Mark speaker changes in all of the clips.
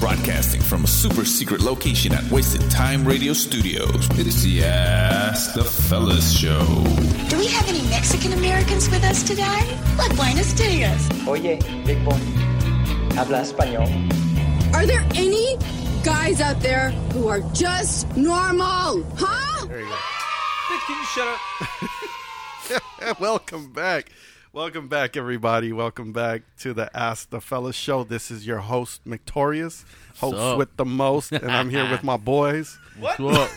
Speaker 1: broadcasting from a super secret location at Wasted Time Radio Studios. It is the Ask the Fellas Show.
Speaker 2: Do we have any Mexican Americans with us today? Like Buenos Dias.
Speaker 3: Oye, Big Boy, habla español.
Speaker 4: Are there any guys out there who are just normal? Huh?
Speaker 5: Can you shut up?
Speaker 6: Welcome back. Welcome back, everybody. Welcome back to the Ask the Fellas show. This is your host, Victorious, host
Speaker 5: Sup?
Speaker 6: with the most, and I'm here with my boys.
Speaker 5: What? What,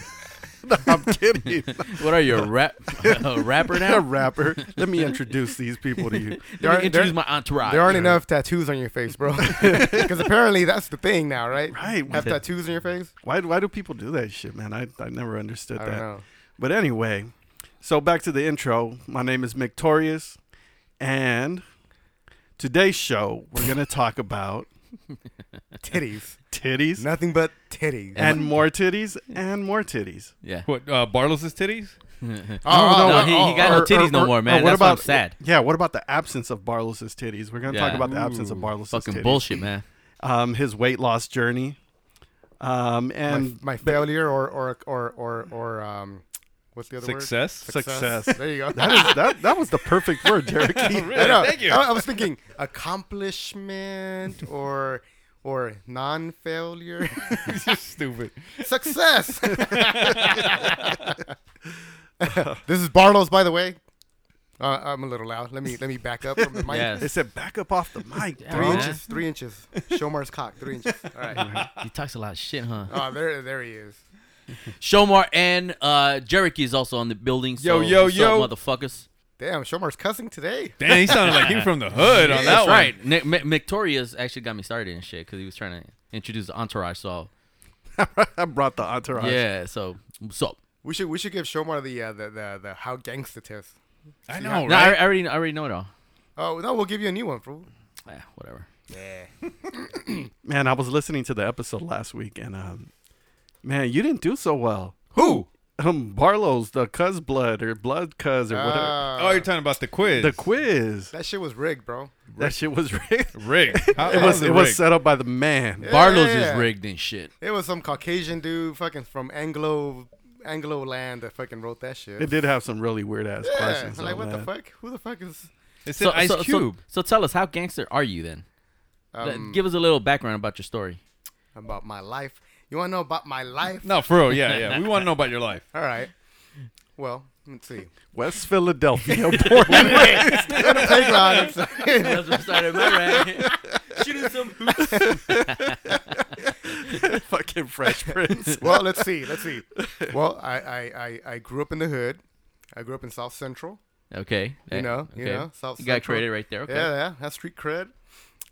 Speaker 6: I'm kidding.
Speaker 5: are you, a rap, a rapper
Speaker 6: A
Speaker 5: now?
Speaker 6: rapper. Let me introduce these people to you.
Speaker 5: Let me introduce my entourage.
Speaker 7: There aren't enough tattoos on your face, bro. Because apparently that's the thing now, right?
Speaker 6: Right.
Speaker 7: Have tattoos on your face?
Speaker 6: Why, why do people do that shit, man? I, I never understood
Speaker 7: I
Speaker 6: that.
Speaker 7: don't know.
Speaker 6: But anyway, so back to the intro. My name is Victorious, and today's show, we're going to talk about
Speaker 7: Titties.
Speaker 6: titties
Speaker 7: Nothing but titties.
Speaker 6: and more titties and more titties.
Speaker 5: Yeah.
Speaker 8: What uh, Bartles's titties?
Speaker 5: Oh, no, he- he got no titties no more, man. That's why I'm
Speaker 6: about,
Speaker 5: sad.
Speaker 6: Yeah, what about the absence of Barlos's titties? We're gonna talk
Speaker 5: Yeah.
Speaker 6: about the absence of Barlos's
Speaker 5: Fucking
Speaker 6: titties.
Speaker 5: bullshit, man.
Speaker 6: Um, his weight loss journey. Um, and
Speaker 7: my, my failure or or or or or um, what's the other
Speaker 8: Success?
Speaker 7: word?
Speaker 6: Success.
Speaker 7: There you go.
Speaker 6: that is that. That was the perfect word, Derek.
Speaker 7: I know.
Speaker 8: Oh, Thank you.
Speaker 7: I, I was thinking accomplishment or or non-failure.
Speaker 8: Stupid.
Speaker 7: Success. this is Barlow's, by the way. Uh, I'm a little loud. Let me let me back up from the mic.
Speaker 5: Yes.
Speaker 6: They said back up off the mic,
Speaker 5: Yeah,
Speaker 7: Three
Speaker 6: bro.
Speaker 5: man.
Speaker 7: inches. Three inches. Shomar's cock. Three inches. All right.
Speaker 5: He talks a lot of shit, huh?
Speaker 7: Oh, there, there he is.
Speaker 5: Shomar and uh, Jericho is also on the building. So
Speaker 8: Yo, yo,
Speaker 5: what's
Speaker 8: yo.
Speaker 5: up, motherfuckers.
Speaker 7: Damn, Shomar's cussing today.
Speaker 8: Damn, he sounded like he from the hood on that
Speaker 5: That's
Speaker 8: one.
Speaker 5: right. Nick, M- Victoria's actually got me started and shit because he was trying to introduce the entourage. So
Speaker 6: I brought the entourage.
Speaker 5: yeah, so what's up?
Speaker 7: We should we should give Shomar the uh, the, the the how gangsta test.
Speaker 8: I know,
Speaker 5: No, I,
Speaker 8: right?
Speaker 5: I already, I already know it all.
Speaker 7: Oh no, we'll give you a new one, fool.
Speaker 5: Yeah, whatever.
Speaker 6: Man, I was listening to the episode last week, and um, man, you didn't do so well.
Speaker 8: Who?
Speaker 6: Um, Barlow's the cuz blood or blood cuz or whatever.
Speaker 7: Uh,
Speaker 8: oh, you're talking about the quiz.
Speaker 6: the quiz.
Speaker 7: that shit was rigged, bro.
Speaker 6: That shit was rigged.
Speaker 8: Rick. How,
Speaker 6: It was. It was
Speaker 8: Rick?
Speaker 6: set up by the man.
Speaker 5: Barlow's
Speaker 7: yeah.
Speaker 5: is rigged and shit.
Speaker 7: It was some Caucasian dude, fucking from Anglo Anglo land, that fucking wrote that shit.
Speaker 6: It did have some really weird ass
Speaker 7: yeah,
Speaker 6: questions.
Speaker 7: I'm like
Speaker 6: on
Speaker 7: what the
Speaker 6: that.
Speaker 7: fuck? Who the fuck is?
Speaker 8: It's an Ice Cube.
Speaker 5: So, tell us, how gangster are you then? Let-
Speaker 7: Um,
Speaker 5: Give us a little background about your story.
Speaker 7: about my life. You want to know about my life?
Speaker 8: no, for real. Yeah, yeah. We want to know about your life.
Speaker 7: All right. Well, let's see.
Speaker 6: West Philadelphia, born and raised.
Speaker 7: Playground. I'm sorry.
Speaker 5: That's what started my right. Shooting some hoops.
Speaker 6: fucking Fresh Prince.
Speaker 7: well, let's see. Let's see. Well, I, I, I, I grew up in the hood. I grew up in South Central.
Speaker 5: Okay.
Speaker 7: You know,
Speaker 5: Eh, okay.
Speaker 7: you know, South
Speaker 5: You got
Speaker 7: Central.
Speaker 5: credit right there. Okay.
Speaker 7: Yeah, yeah. That's street cred.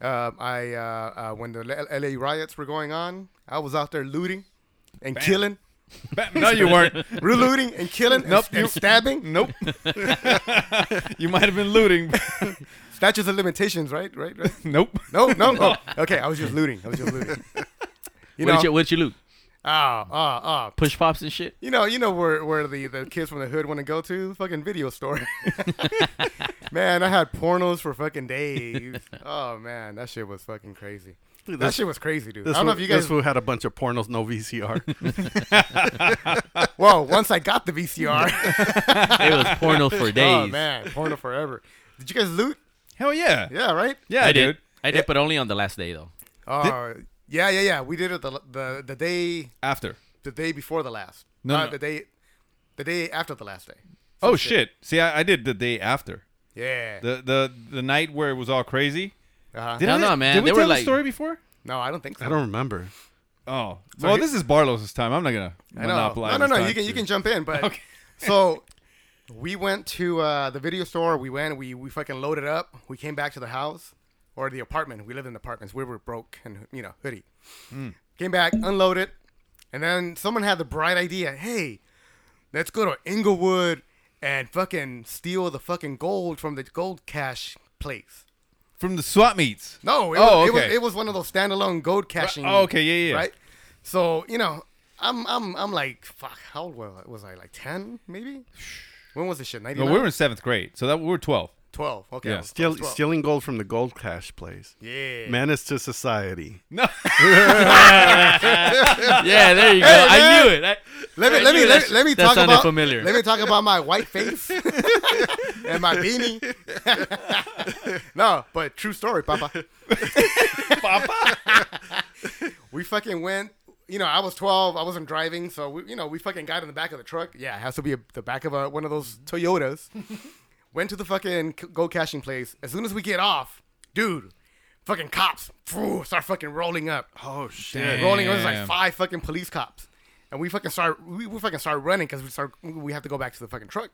Speaker 7: Um, I uh, uh, when the L- LA riots were going on, I was out there looting and killing,
Speaker 8: Ba- No, you weren't.
Speaker 7: relooting and killing, and-
Speaker 8: Nope,
Speaker 7: and,
Speaker 8: you-
Speaker 7: stabbing.
Speaker 8: nope. you might have been looting. but
Speaker 7: Statutes of limitations, right? Right? right?
Speaker 8: nope.
Speaker 7: No, no, no. Okay, I was just looting. I was just looting. You
Speaker 5: What
Speaker 7: know,
Speaker 5: did you What did you loot?
Speaker 7: ah, ah, ah.
Speaker 5: Push pops and shit.
Speaker 7: You know, you know where, where the, the kids from the hood want to go to? Fucking video store. man, I had pornos for fucking days. Oh man, that shit was fucking crazy. that
Speaker 6: this-
Speaker 7: shit was crazy, dude. I
Speaker 6: This
Speaker 7: don't know if
Speaker 6: fool-
Speaker 7: you
Speaker 6: this
Speaker 7: guys.
Speaker 6: fool had a bunch of pornos, no VCR.
Speaker 7: Whoa, once I got the VCR.
Speaker 5: It was porno for days.
Speaker 7: oh man, porno forever. Did you guys loot?
Speaker 8: Hell yeah.
Speaker 7: Yeah, right.
Speaker 8: Yeah,
Speaker 5: I
Speaker 8: dude.
Speaker 5: did. I did, but only on the last day though.
Speaker 7: Oh, yeah, yeah, yeah. We did it the the, the day
Speaker 8: After.
Speaker 7: the day before the last.
Speaker 8: No,
Speaker 7: Uh,
Speaker 8: no.
Speaker 7: the day the day after the last day.
Speaker 8: Oh shit. See, I, I did the day after.
Speaker 7: Yeah.
Speaker 8: The the the night where it was all crazy.
Speaker 7: uh-huh.
Speaker 8: Did
Speaker 5: No,
Speaker 8: I-
Speaker 5: no, man,
Speaker 8: Did we
Speaker 5: they were
Speaker 8: tell the
Speaker 5: like-
Speaker 8: story before?
Speaker 7: No, I don't think so.
Speaker 6: I don't remember.
Speaker 8: Oh, well,
Speaker 7: he-
Speaker 8: this is Barlow's time. I'm not gonna
Speaker 7: I know.
Speaker 8: monopolize.
Speaker 7: No, no, no.
Speaker 8: his time
Speaker 7: You can you
Speaker 8: to-
Speaker 7: can jump in, but so we went to uh, the video store. We went. We we fucking loaded up. We came back to the house or the apartment. We lived in apartments. We were broke and you know hoodie. Came back, unloaded, and then someone had the bright idea. Hey, let's go to Inglewood and fucking steal the fucking gold from the gold cash place.
Speaker 8: from the swap meets.
Speaker 7: No, it,
Speaker 8: Oh,
Speaker 7: was, it,
Speaker 8: okay.
Speaker 7: was, it was one of those standalone gold caching.
Speaker 8: oh, okay, yeah, yeah.
Speaker 7: Right. So you know, I'm I'm I'm like fuck. How old was I? Was I like ten maybe? When was this shit? Ninety.
Speaker 8: No, we were in seventh grade, so that we were twelve.
Speaker 7: Twelve. Okay.
Speaker 8: Yeah.
Speaker 7: I was- I
Speaker 6: Steal,
Speaker 7: was 12.
Speaker 6: stealing gold from the gold cash plays.
Speaker 7: Yeah.
Speaker 6: Menace to society.
Speaker 8: No.
Speaker 5: yeah, there you go. I knew it. I,
Speaker 7: Let me
Speaker 5: I
Speaker 7: let
Speaker 5: knew
Speaker 7: me let,
Speaker 5: that's-
Speaker 7: me- let me
Speaker 5: that
Speaker 7: talk
Speaker 5: sounded
Speaker 7: about
Speaker 5: familiar.
Speaker 7: let me talk about my white face and my beanie. no, but true story, Papa. Papa. we fucking went. You know, I was 12. I wasn't driving, so we, you know, we fucking got in the back of the truck. Yeah, it has to be a, the back of a, one of those Toyotas. went to the fucking c- go cashing place. As soon as we get off, dude, fucking cops, phew, start fucking rolling up
Speaker 6: Oh shit!
Speaker 7: rolling. It was like
Speaker 8: Damn.
Speaker 7: five fucking police cops, and we fucking start we, we fucking start running because we start we have to go back to the fucking truck.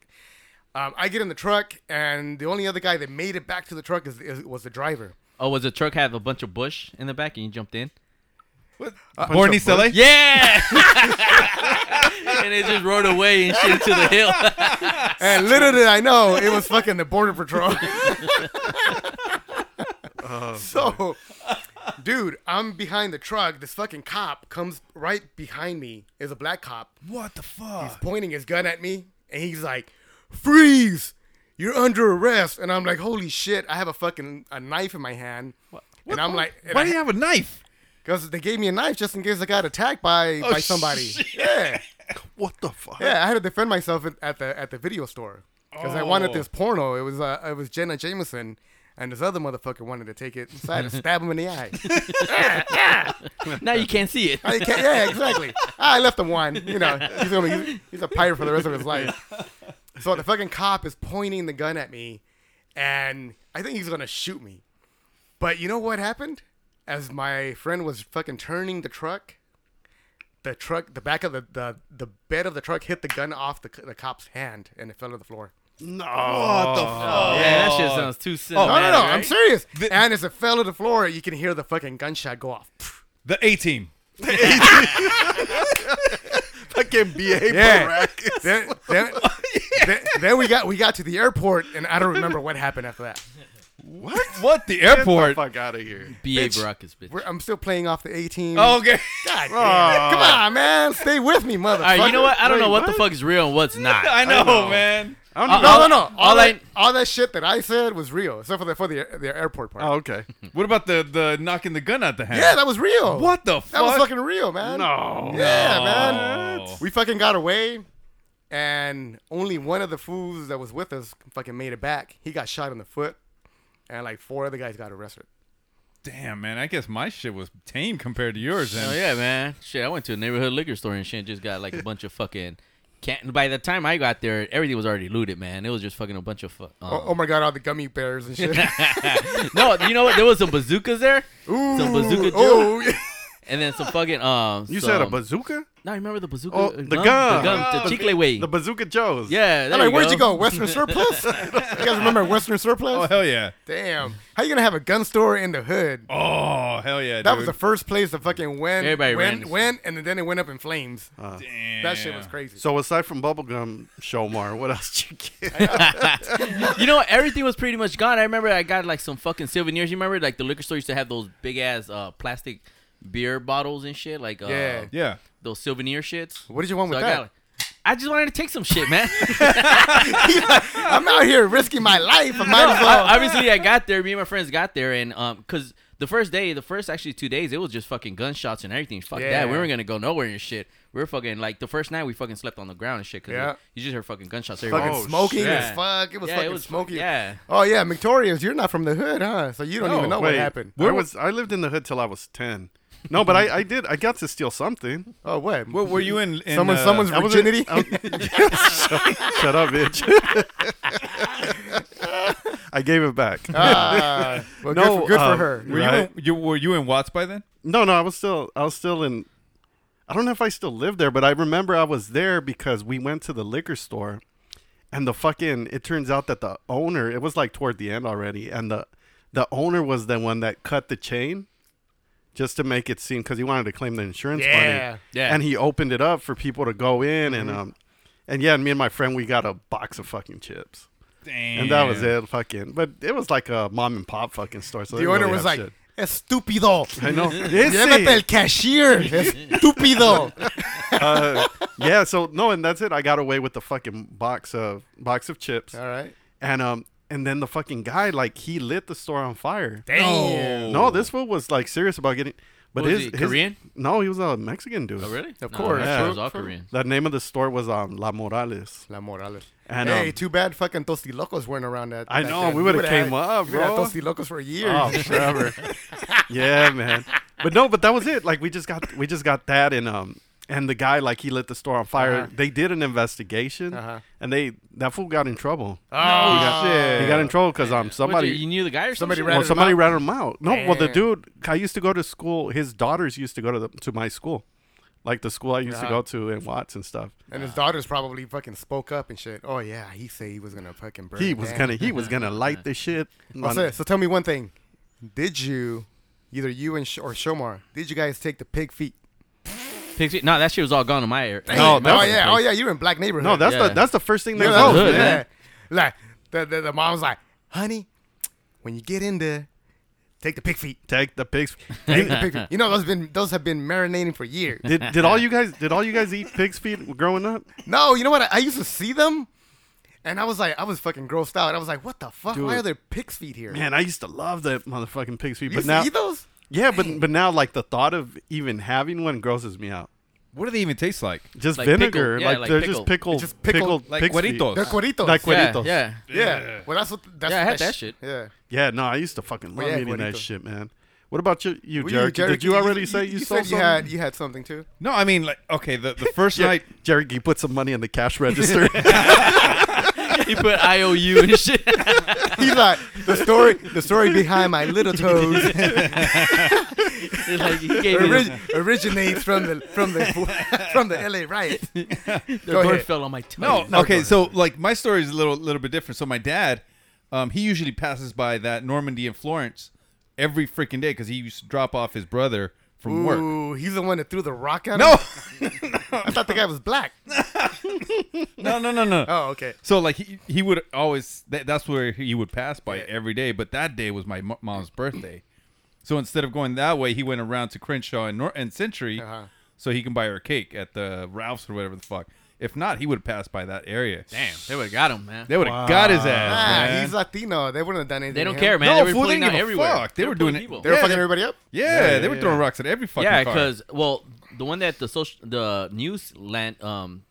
Speaker 7: Um, I get in the truck, and the only other guy that made it back to the truck is, is was the driver.
Speaker 5: oh, was the truck have a bunch of bush in the back and you jumped in?
Speaker 8: Born in East LA?
Speaker 5: Yeah. and it just rode away and shit to the hill.
Speaker 7: And little did I know it was fucking the border patrol.
Speaker 8: Oh,
Speaker 7: so, dude, I'm behind the truck. This fucking cop comes right behind me. Is a black cop.
Speaker 8: What the fuck?
Speaker 7: pointing his gun at me and he's like, "Freeze! You're under arrest." And I'm like, "Holy shit! I have a fucking a knife in my hand." And I'm like,
Speaker 8: Why do you have a knife?
Speaker 7: "Because they gave me a knife just in case I got attacked by by somebody." Yeah,
Speaker 6: Oh, What the fuck?
Speaker 7: yeah. I had to defend myself at, at the at the video store because I wanted
Speaker 6: Oh.
Speaker 7: this porno. It was uh, it was Jenna Jameson. And this other motherfucker wanted to take it, so I had to stab him in the eye.
Speaker 5: now you can't see it.
Speaker 7: I can't- yeah, exactly. I left him one. You know, he's gonna be, he's a pirate for the rest of his life. So the fucking cop is pointing the gun at me, and I think he's gonna shoot me. But you know what happened? As my friend was fucking turning the truck, the truck, the back of the the, the bed of the truck hit the gun off the, c- the cop's hand, and it fell to the floor.
Speaker 6: No.
Speaker 8: What the fuck?
Speaker 5: Yeah, that shit sounds too simple.
Speaker 7: Oh. No, no, no! I'm serious.
Speaker 8: The-
Speaker 7: and as it fell to the floor, you can hear the fucking gunshot go off.
Speaker 8: The A team.
Speaker 6: Fucking behave,
Speaker 7: Yeah.
Speaker 6: Barack.
Speaker 7: then, then, then, then we got we got to the airport, and I don't remember what happened after that.
Speaker 6: What?
Speaker 8: What? The
Speaker 6: Get the
Speaker 8: airport?
Speaker 6: fuck out of here.
Speaker 5: BA Barack is bitch.
Speaker 7: We're, I'm still playing off the 18.
Speaker 8: Okay.
Speaker 7: God damn it. Come on, man. Stay with me, motherfucker.
Speaker 5: All right, you know what? I don't
Speaker 6: Wait,
Speaker 5: know what, the
Speaker 6: what?
Speaker 5: fuck is real and what's not.
Speaker 8: I know, man.
Speaker 6: I don't
Speaker 5: Uh,
Speaker 6: know.
Speaker 7: No, no, no. All,
Speaker 5: All
Speaker 7: that,
Speaker 5: I-
Speaker 7: all that shit that I said was real, except for the, for the, the airport part.
Speaker 6: Oh, okay.
Speaker 8: What about the the knocking the gun out the hand?
Speaker 7: yeah, that was real.
Speaker 8: What the
Speaker 7: That was
Speaker 8: fuck?
Speaker 7: fucking real, man.
Speaker 6: No.
Speaker 7: Yeah, man. We fucking got away, and only one of the fools that was with us fucking made it back. He got shot in the foot, and like four other guys got arrested.
Speaker 8: Damn, man. I guess my shit was tame compared to yours.
Speaker 5: Oh
Speaker 8: And
Speaker 5: yeah, man. Shit, I went to a neighborhood liquor store and shit. Just got like a bunch of fucking. Can't. By the time I got there, everything was already looted, man. It was just fucking a bunch of. Fu- um,
Speaker 7: Oh, oh my god, all the gummy bears and shit.
Speaker 5: no, you know what? There was some bazookas there, some bazooka
Speaker 7: Ooh,
Speaker 5: drill,
Speaker 7: oh,
Speaker 5: and then some fucking. Um,
Speaker 6: You
Speaker 5: some,
Speaker 6: said a bazooka?
Speaker 5: No, remember the bazooka?
Speaker 6: Oh,
Speaker 5: uh,
Speaker 6: the gun.
Speaker 5: The gun. The chicle way.
Speaker 6: The bazooka Joes.
Speaker 5: Yeah.
Speaker 7: I'm
Speaker 5: There
Speaker 7: like, where'd you go? Western Surplus? you guys remember Western Surplus?
Speaker 8: oh hell yeah.
Speaker 7: Damn. How you gonna have a gun store in the hood?
Speaker 8: Oh hell yeah.
Speaker 7: that
Speaker 8: dude.
Speaker 7: was the first place that fucking went,
Speaker 5: Everybody
Speaker 7: went,
Speaker 5: ran.
Speaker 7: went, and then it went up in flames.
Speaker 8: Damn.
Speaker 7: that shit was crazy.
Speaker 6: So aside from bubblegum, Shomar, what else did you get?
Speaker 5: You know, everything was pretty much gone. I remember I got like some fucking souvenirs. You remember, like the liquor store used to have those big ass uh, plastic beer bottles and shit, like uh,
Speaker 7: Yeah.
Speaker 8: Yeah.
Speaker 5: those souvenir shits.
Speaker 7: what did you want
Speaker 5: So
Speaker 7: with
Speaker 5: I,
Speaker 7: that?
Speaker 5: got, like- I just wanted to take some shit, man.
Speaker 7: I'm out here risking my life. I might as
Speaker 5: No,
Speaker 7: well.
Speaker 5: I- obviously, I got there. Me and my friends got there, and um, cause the first day, the first actually two days, it was just fucking gunshots and everything. Fuck
Speaker 7: Yeah.
Speaker 5: that. We weren't gonna go nowhere and shit. We were fucking like the first night we fucking slept on the ground and shit. Cause
Speaker 7: Yeah.
Speaker 5: you just heard fucking gunshots everywhere.
Speaker 7: fucking
Speaker 6: Oh,
Speaker 7: smoking
Speaker 6: shit.
Speaker 7: as fuck. It was
Speaker 5: Yeah, it
Speaker 7: fucking
Speaker 5: was fu-
Speaker 7: smoky.
Speaker 5: yeah.
Speaker 7: Oh yeah, Victoria's. You're not from the hood, huh? So you don't even know what
Speaker 6: Oh, Wait,
Speaker 7: happened.
Speaker 6: I was I lived in the hood till I was ten. No, but I, I did I got to steal something.
Speaker 7: Oh what?
Speaker 8: What were you in? in
Speaker 7: Someone,
Speaker 8: uh,
Speaker 7: someone's
Speaker 6: I wasn't-
Speaker 7: virginity.
Speaker 6: I was- shut up, bitch. I gave it back.
Speaker 7: Ah, well, good
Speaker 6: No,
Speaker 7: for, good for
Speaker 6: um,
Speaker 7: her.
Speaker 8: Were you, in, you were you in Watts by then?
Speaker 6: No, no, I was still I was still in I don't know if I still live there, but I remember I was there because we went to the liquor store and the fucking it turns out that the owner it was like toward the end already and the the owner was the one that cut the chain just to make it seem cuz he wanted to claim the insurance
Speaker 7: Yeah, Mm-hmm.
Speaker 6: money.
Speaker 5: yeah.
Speaker 6: And he opened it up for people to go in and um and yeah, and me and my friend we got a box of fucking chips.
Speaker 8: Damn.
Speaker 6: And that was it, fucking. But it was like a mom and pop fucking store. So they
Speaker 7: The
Speaker 6: didn't
Speaker 7: owner
Speaker 6: really
Speaker 7: was
Speaker 6: have
Speaker 7: like,
Speaker 6: shit.
Speaker 7: "Estúpido."
Speaker 6: I know.
Speaker 7: Llévate
Speaker 6: Ese.
Speaker 7: el cashier. Estúpido.
Speaker 6: uh, yeah, so no, and that's it. I got away with the fucking box of box of chips,
Speaker 7: All right.
Speaker 6: and um, And then the fucking guy, like, he lit the store on fire.
Speaker 8: Damn.
Speaker 6: No, this fool was like serious about getting. But
Speaker 5: Was
Speaker 6: his,
Speaker 5: he
Speaker 6: his-
Speaker 5: Korean?
Speaker 6: No, he was a Mexican dude.
Speaker 5: Oh, really?
Speaker 7: Of
Speaker 5: No,
Speaker 7: course.
Speaker 5: that shit
Speaker 6: Yeah.
Speaker 5: was all Korean.
Speaker 6: The name of the store was um La Morales.
Speaker 7: La Morales.
Speaker 6: And,
Speaker 7: hey,
Speaker 6: um,
Speaker 7: too bad fucking Tostilocos weren't around that.
Speaker 6: I
Speaker 7: back
Speaker 6: know,
Speaker 7: then.
Speaker 6: we would've
Speaker 7: would've
Speaker 6: came
Speaker 7: had-
Speaker 6: up,
Speaker 7: we would've had
Speaker 6: bro.
Speaker 7: Tostilocos for years.
Speaker 6: Oh, forever. yeah, man. But no, but that was it. Like we just got we just got that and um and the guy like he lit the store on fire.
Speaker 5: Uh-huh.
Speaker 6: They did an investigation
Speaker 7: Uh-huh.
Speaker 6: and they that fool got in trouble.
Speaker 7: Oh, shit.
Speaker 6: He got in trouble because um
Speaker 5: What,
Speaker 6: somebody
Speaker 5: you knew the guy or some
Speaker 7: Somebody
Speaker 5: shit?
Speaker 7: ratted
Speaker 6: well
Speaker 7: him
Speaker 6: somebody
Speaker 7: out?
Speaker 6: ratted him out. No, well the
Speaker 7: Damn.
Speaker 6: dude I used to go to school. His daughters used to go to the, to my school, like the school I used to
Speaker 7: Uh-huh.
Speaker 6: go to in Watts and stuff.
Speaker 7: And his daughters probably fucking spoke up and shit. Oh yeah, he said he was gonna fucking burn.
Speaker 6: He
Speaker 7: it
Speaker 6: was
Speaker 7: down.
Speaker 6: gonna he was gonna light this shit.
Speaker 7: Oh, so, so tell me one thing. Did you, either you and Sh- or Shomar, did you guys take the pig feet?
Speaker 5: Pixie? No, that shit was all gone in my ear.
Speaker 6: No, that
Speaker 7: oh
Speaker 6: was-
Speaker 7: yeah, oh yeah, you were in black neighborhood.
Speaker 6: No, that's
Speaker 5: Yeah.
Speaker 6: the that's the first thing they
Speaker 7: Yeah,
Speaker 6: wrote.
Speaker 7: that's
Speaker 5: hood,
Speaker 7: yeah.
Speaker 6: man.
Speaker 5: man.
Speaker 7: Like the, the the mom's like, honey, when you get in there, take the pig feet.
Speaker 6: Take the pigs.
Speaker 7: Take the pig feet. You know those been those have been marinating for years.
Speaker 6: Did, did all you guys did all you guys eat pig's feet growing up?
Speaker 7: No, you know what? I, I used to see them, and I was like, I was fucking grossed out. I was like, what the fuck? Why
Speaker 6: Dude.
Speaker 7: are there pig's feet here?
Speaker 6: Man, I used to love that motherfucking pig's feet,
Speaker 7: you
Speaker 6: but
Speaker 7: used
Speaker 6: now
Speaker 7: to eat those?
Speaker 6: yeah, but but now like the thought of even having one grosses me out.
Speaker 8: What do they even taste like?
Speaker 6: Just
Speaker 5: Like
Speaker 6: vinegar,
Speaker 5: pickled. Yeah,
Speaker 6: like,
Speaker 5: like
Speaker 6: they're just pickled,
Speaker 5: pickled.
Speaker 7: Just pickled,
Speaker 6: pickled,
Speaker 8: like
Speaker 6: pig's feet.
Speaker 8: cueritos.
Speaker 7: They're cueritos.
Speaker 6: Oh, Like
Speaker 5: Yeah,
Speaker 6: cueritos.
Speaker 5: yeah.
Speaker 7: yeah. Well, that's what. That's
Speaker 5: Yeah, I had
Speaker 7: what
Speaker 5: that shit.
Speaker 7: Yeah.
Speaker 6: yeah. No, I used to fucking love
Speaker 7: yeah,
Speaker 6: eating that
Speaker 7: cueritos.
Speaker 6: shit, man. What about you, you,
Speaker 7: Well,
Speaker 6: Jerry? Did
Speaker 7: Jericho,
Speaker 6: you already say you,
Speaker 7: you
Speaker 6: sold
Speaker 7: said you
Speaker 6: something?
Speaker 7: had you had something too?
Speaker 8: No, I mean like okay, the, the first
Speaker 6: Yeah,
Speaker 8: night
Speaker 6: Jerry, you put some money in the cash register.
Speaker 5: he put IOU and shit.
Speaker 7: He's like the story. The story behind my little toes
Speaker 5: It's like he gave me
Speaker 7: ori-
Speaker 5: the,
Speaker 7: originates from the from the from the LA riot.
Speaker 5: the
Speaker 7: Go
Speaker 5: door
Speaker 7: ahead.
Speaker 5: fell on my tongue.
Speaker 8: No, okay, so like my story is a little little bit different. So my dad, um, he usually passes by that Normandy in Florence every freaking day because he used to drop off his brother from work.
Speaker 7: Ooh, he's the one that threw the rock at
Speaker 8: No,
Speaker 7: him. I thought the guy was black.
Speaker 8: no, no, no, no.
Speaker 7: Oh, okay.
Speaker 8: So like he, he would always that, that's where he would pass by every day. But that day was my mo- mom's birthday, so instead of going that way, he went around to Crenshaw and, Nor- and Century,
Speaker 7: Uh-huh.
Speaker 8: so he can buy her cake at the Ralphs or whatever the fuck. If not, he would have passed by that area.
Speaker 5: Damn, they would have got him, man.
Speaker 8: They would have got his ass.
Speaker 7: Ah,
Speaker 8: man.
Speaker 7: he's Latino. They wouldn't have done anything.
Speaker 5: They
Speaker 7: to
Speaker 5: don't
Speaker 7: him.
Speaker 5: care, man.
Speaker 8: No,
Speaker 5: they were
Speaker 8: fool, they
Speaker 5: pulling
Speaker 8: didn't
Speaker 5: out
Speaker 8: give a
Speaker 5: everywhere.
Speaker 8: fuck. They were
Speaker 5: pulling
Speaker 8: doing it-
Speaker 5: people.
Speaker 7: They were
Speaker 8: Yeah,
Speaker 7: fucking
Speaker 8: they-
Speaker 7: everybody up.
Speaker 8: Yeah,
Speaker 6: Yeah,
Speaker 8: they were
Speaker 6: yeah,
Speaker 8: throwing
Speaker 6: yeah.
Speaker 8: rocks at every fucking
Speaker 5: Yeah,
Speaker 8: car.
Speaker 5: because well, the one that the social the news land um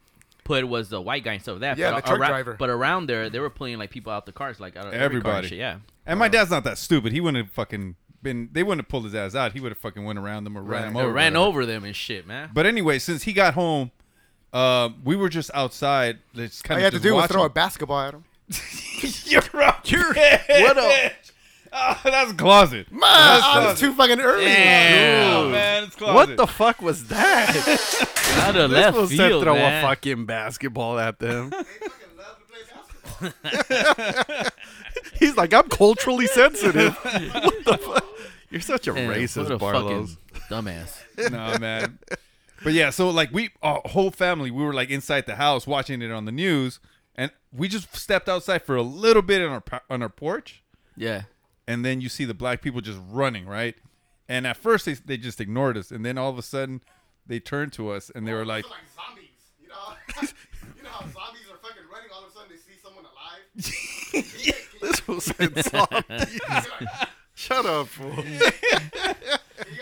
Speaker 5: put was the white guy and stuff like that.
Speaker 7: Yeah,
Speaker 5: but
Speaker 7: the truck
Speaker 5: arou-
Speaker 7: driver.
Speaker 5: But around there, they were pulling like people out the cars, like out of every car and
Speaker 8: Everybody.
Speaker 5: shit, yeah.
Speaker 8: and my dad's not that stupid. He wouldn't have fucking been. They wouldn't have pulled his ass out. He would have fucking went around them or ran
Speaker 7: Right.
Speaker 8: them
Speaker 5: They
Speaker 8: over. or
Speaker 5: ran
Speaker 8: whatever.
Speaker 5: over them and shit, man.
Speaker 8: But anyway, since he got home, uh, we were just outside. Just
Speaker 7: All
Speaker 8: kind
Speaker 7: you
Speaker 8: of
Speaker 7: had to
Speaker 8: just
Speaker 7: do was
Speaker 8: watching.
Speaker 7: throw a basketball at him.
Speaker 8: You're up. You're what
Speaker 5: a-
Speaker 8: Oh, that's closet.
Speaker 7: Ma, Ah, I was too fucking early.
Speaker 8: Damn,
Speaker 6: Oh,
Speaker 8: man, it's closet.
Speaker 6: what the fuck was that?
Speaker 5: Out of
Speaker 6: this
Speaker 5: left
Speaker 6: fool said
Speaker 5: field,
Speaker 6: throw
Speaker 5: man.
Speaker 6: a fucking basketball at them. He's like, I'm culturally sensitive. what the fuck? You're such a
Speaker 5: Man, what
Speaker 6: racist,
Speaker 5: a
Speaker 6: Barlow's.
Speaker 5: fucking dumbass.
Speaker 8: no, man. But yeah, so like we, our whole family, we were like inside the house watching it on the news, and we just stepped outside for a little bit on our po- on our porch,
Speaker 5: Yeah.
Speaker 8: and then you see the black people just running right. And at first they they just ignored us, and then all of a sudden they turned to us and they were like,
Speaker 7: zombies. You know, you know how zombies are fucking running. All of a sudden, they see someone alive.
Speaker 6: This was zombies. Shut up, fool.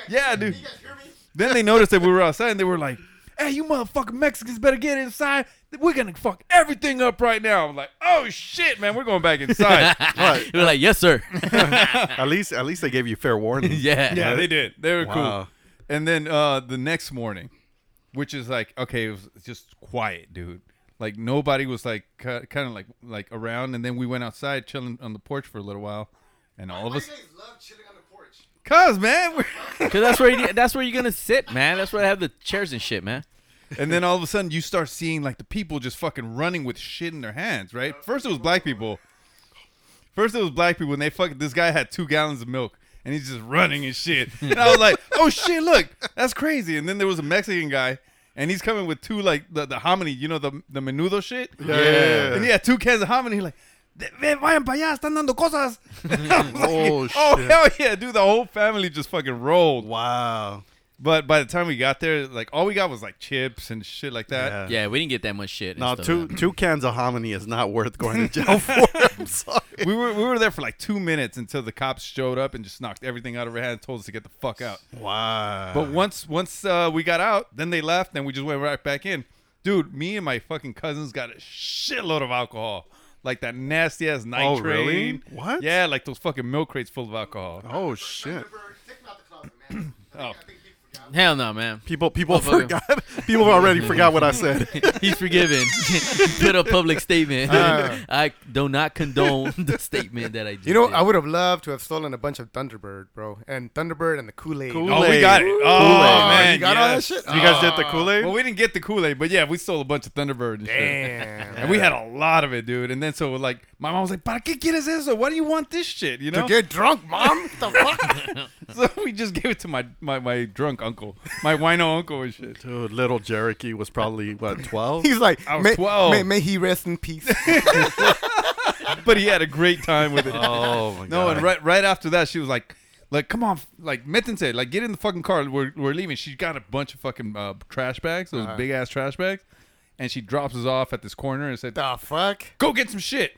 Speaker 8: "Yeah, dude."
Speaker 7: guys hear me?
Speaker 8: Then they noticed that we were outside, and they were like, "Hey, you motherfucking Mexicans better get inside. We're gonna fuck everything up right now." I'm like, "Oh shit, man, we're going back inside."
Speaker 5: They were like, yes, sir.
Speaker 6: At least, at least they gave you fair warning.
Speaker 5: yeah.
Speaker 8: yeah, they did. They were
Speaker 6: Wow.
Speaker 8: cool. And then uh, the next morning, which is like okay, it was just quiet, dude. Like nobody was like kind of like like around. And then we went outside, chilling on the porch for a little while, and all of us,
Speaker 7: love chilling on the porch.
Speaker 8: cause man, we're
Speaker 5: Cause that's where you, that's where you're gonna sit, man. That's where they have the chairs and shit, man.
Speaker 8: And then all of a sudden, you start seeing like the people just fucking running with shit in their hands, right? First it was black people. First it was black people, and they fucking this guy had two gallons of milk, and he's just running and shit. And I was like, oh shit, look, that's crazy. And then there was a Mexican guy, and he's coming with two like the the hominy, you know the the menudo shit.
Speaker 6: yeah.
Speaker 8: And he had two cans of hominy, like. "Ve- ve- Vayan para allá, están dando cosas. I was like,
Speaker 6: Oh,
Speaker 8: oh
Speaker 6: shit.
Speaker 8: hell yeah, dude! The whole family just fucking rolled.
Speaker 6: Wow.
Speaker 8: But by the time we got there, like all we got was like chips and shit like that.
Speaker 6: Yeah.
Speaker 5: Yeah, we didn't get that much shit. and
Speaker 6: No,
Speaker 5: stuff.
Speaker 6: Uh, two two cans of hominy is not worth going to jail for. I'm sorry.
Speaker 8: We were we were there for like two minutes until the cops showed up and just knocked everything out of our hands, and told us to get the fuck out.
Speaker 6: Wow.
Speaker 8: But once once uh, we got out, then they left, and we just went right back in. Dude, me and my fucking cousins got a shitload of alcohol, like that nasty ass night
Speaker 6: Oh,
Speaker 8: train.
Speaker 6: really? What?
Speaker 8: Yeah, like those fucking milk crates full of alcohol.
Speaker 6: oh shit.
Speaker 8: Oh,
Speaker 5: Hell no, man.
Speaker 6: People people
Speaker 5: fuck
Speaker 6: forgot. people already forgot what I said.
Speaker 5: He's forgiven. Put a public statement. I do not condone the statement that I just
Speaker 7: You know,
Speaker 5: did.
Speaker 7: I would have loved to have stolen a bunch of Thunderbird, bro, and Thunderbird and the Kool Aid.
Speaker 6: Kool-
Speaker 8: oh we
Speaker 6: Kool-Aid.
Speaker 8: got it. Oh man,
Speaker 7: you got all that
Speaker 8: yes. Ah.
Speaker 7: shit?
Speaker 6: You guys did the Kool Aid.
Speaker 8: Well, we didn't get the Kool Aid, but yeah, we stole a bunch of Thunderbird and shit.
Speaker 7: Damn.
Speaker 8: And we had a lot of it, dude. And then so like my mom was like, "Para qué quieres eso? Why do you want this shit?" You know.
Speaker 7: Get drunk, mom. the fuck?
Speaker 8: so we just gave it to my my, my drunk uncle, my wino uncle and shit.
Speaker 6: Dude, little Cherokee was probably what twelve.
Speaker 7: He's like,
Speaker 8: I was
Speaker 7: may,
Speaker 8: 12.
Speaker 7: may, may he rest in peace.
Speaker 8: But he had a great time with it.
Speaker 6: oh my god.
Speaker 8: No, and right right after that, she was like, like, come on, f- like, said, like, get in the fucking car. We're, we're leaving. She got a bunch of fucking uh, trash bags,
Speaker 6: Uh-huh.
Speaker 8: those big ass trash bags, and she drops us off at this corner and said,
Speaker 7: the fuck?
Speaker 8: go get some shit.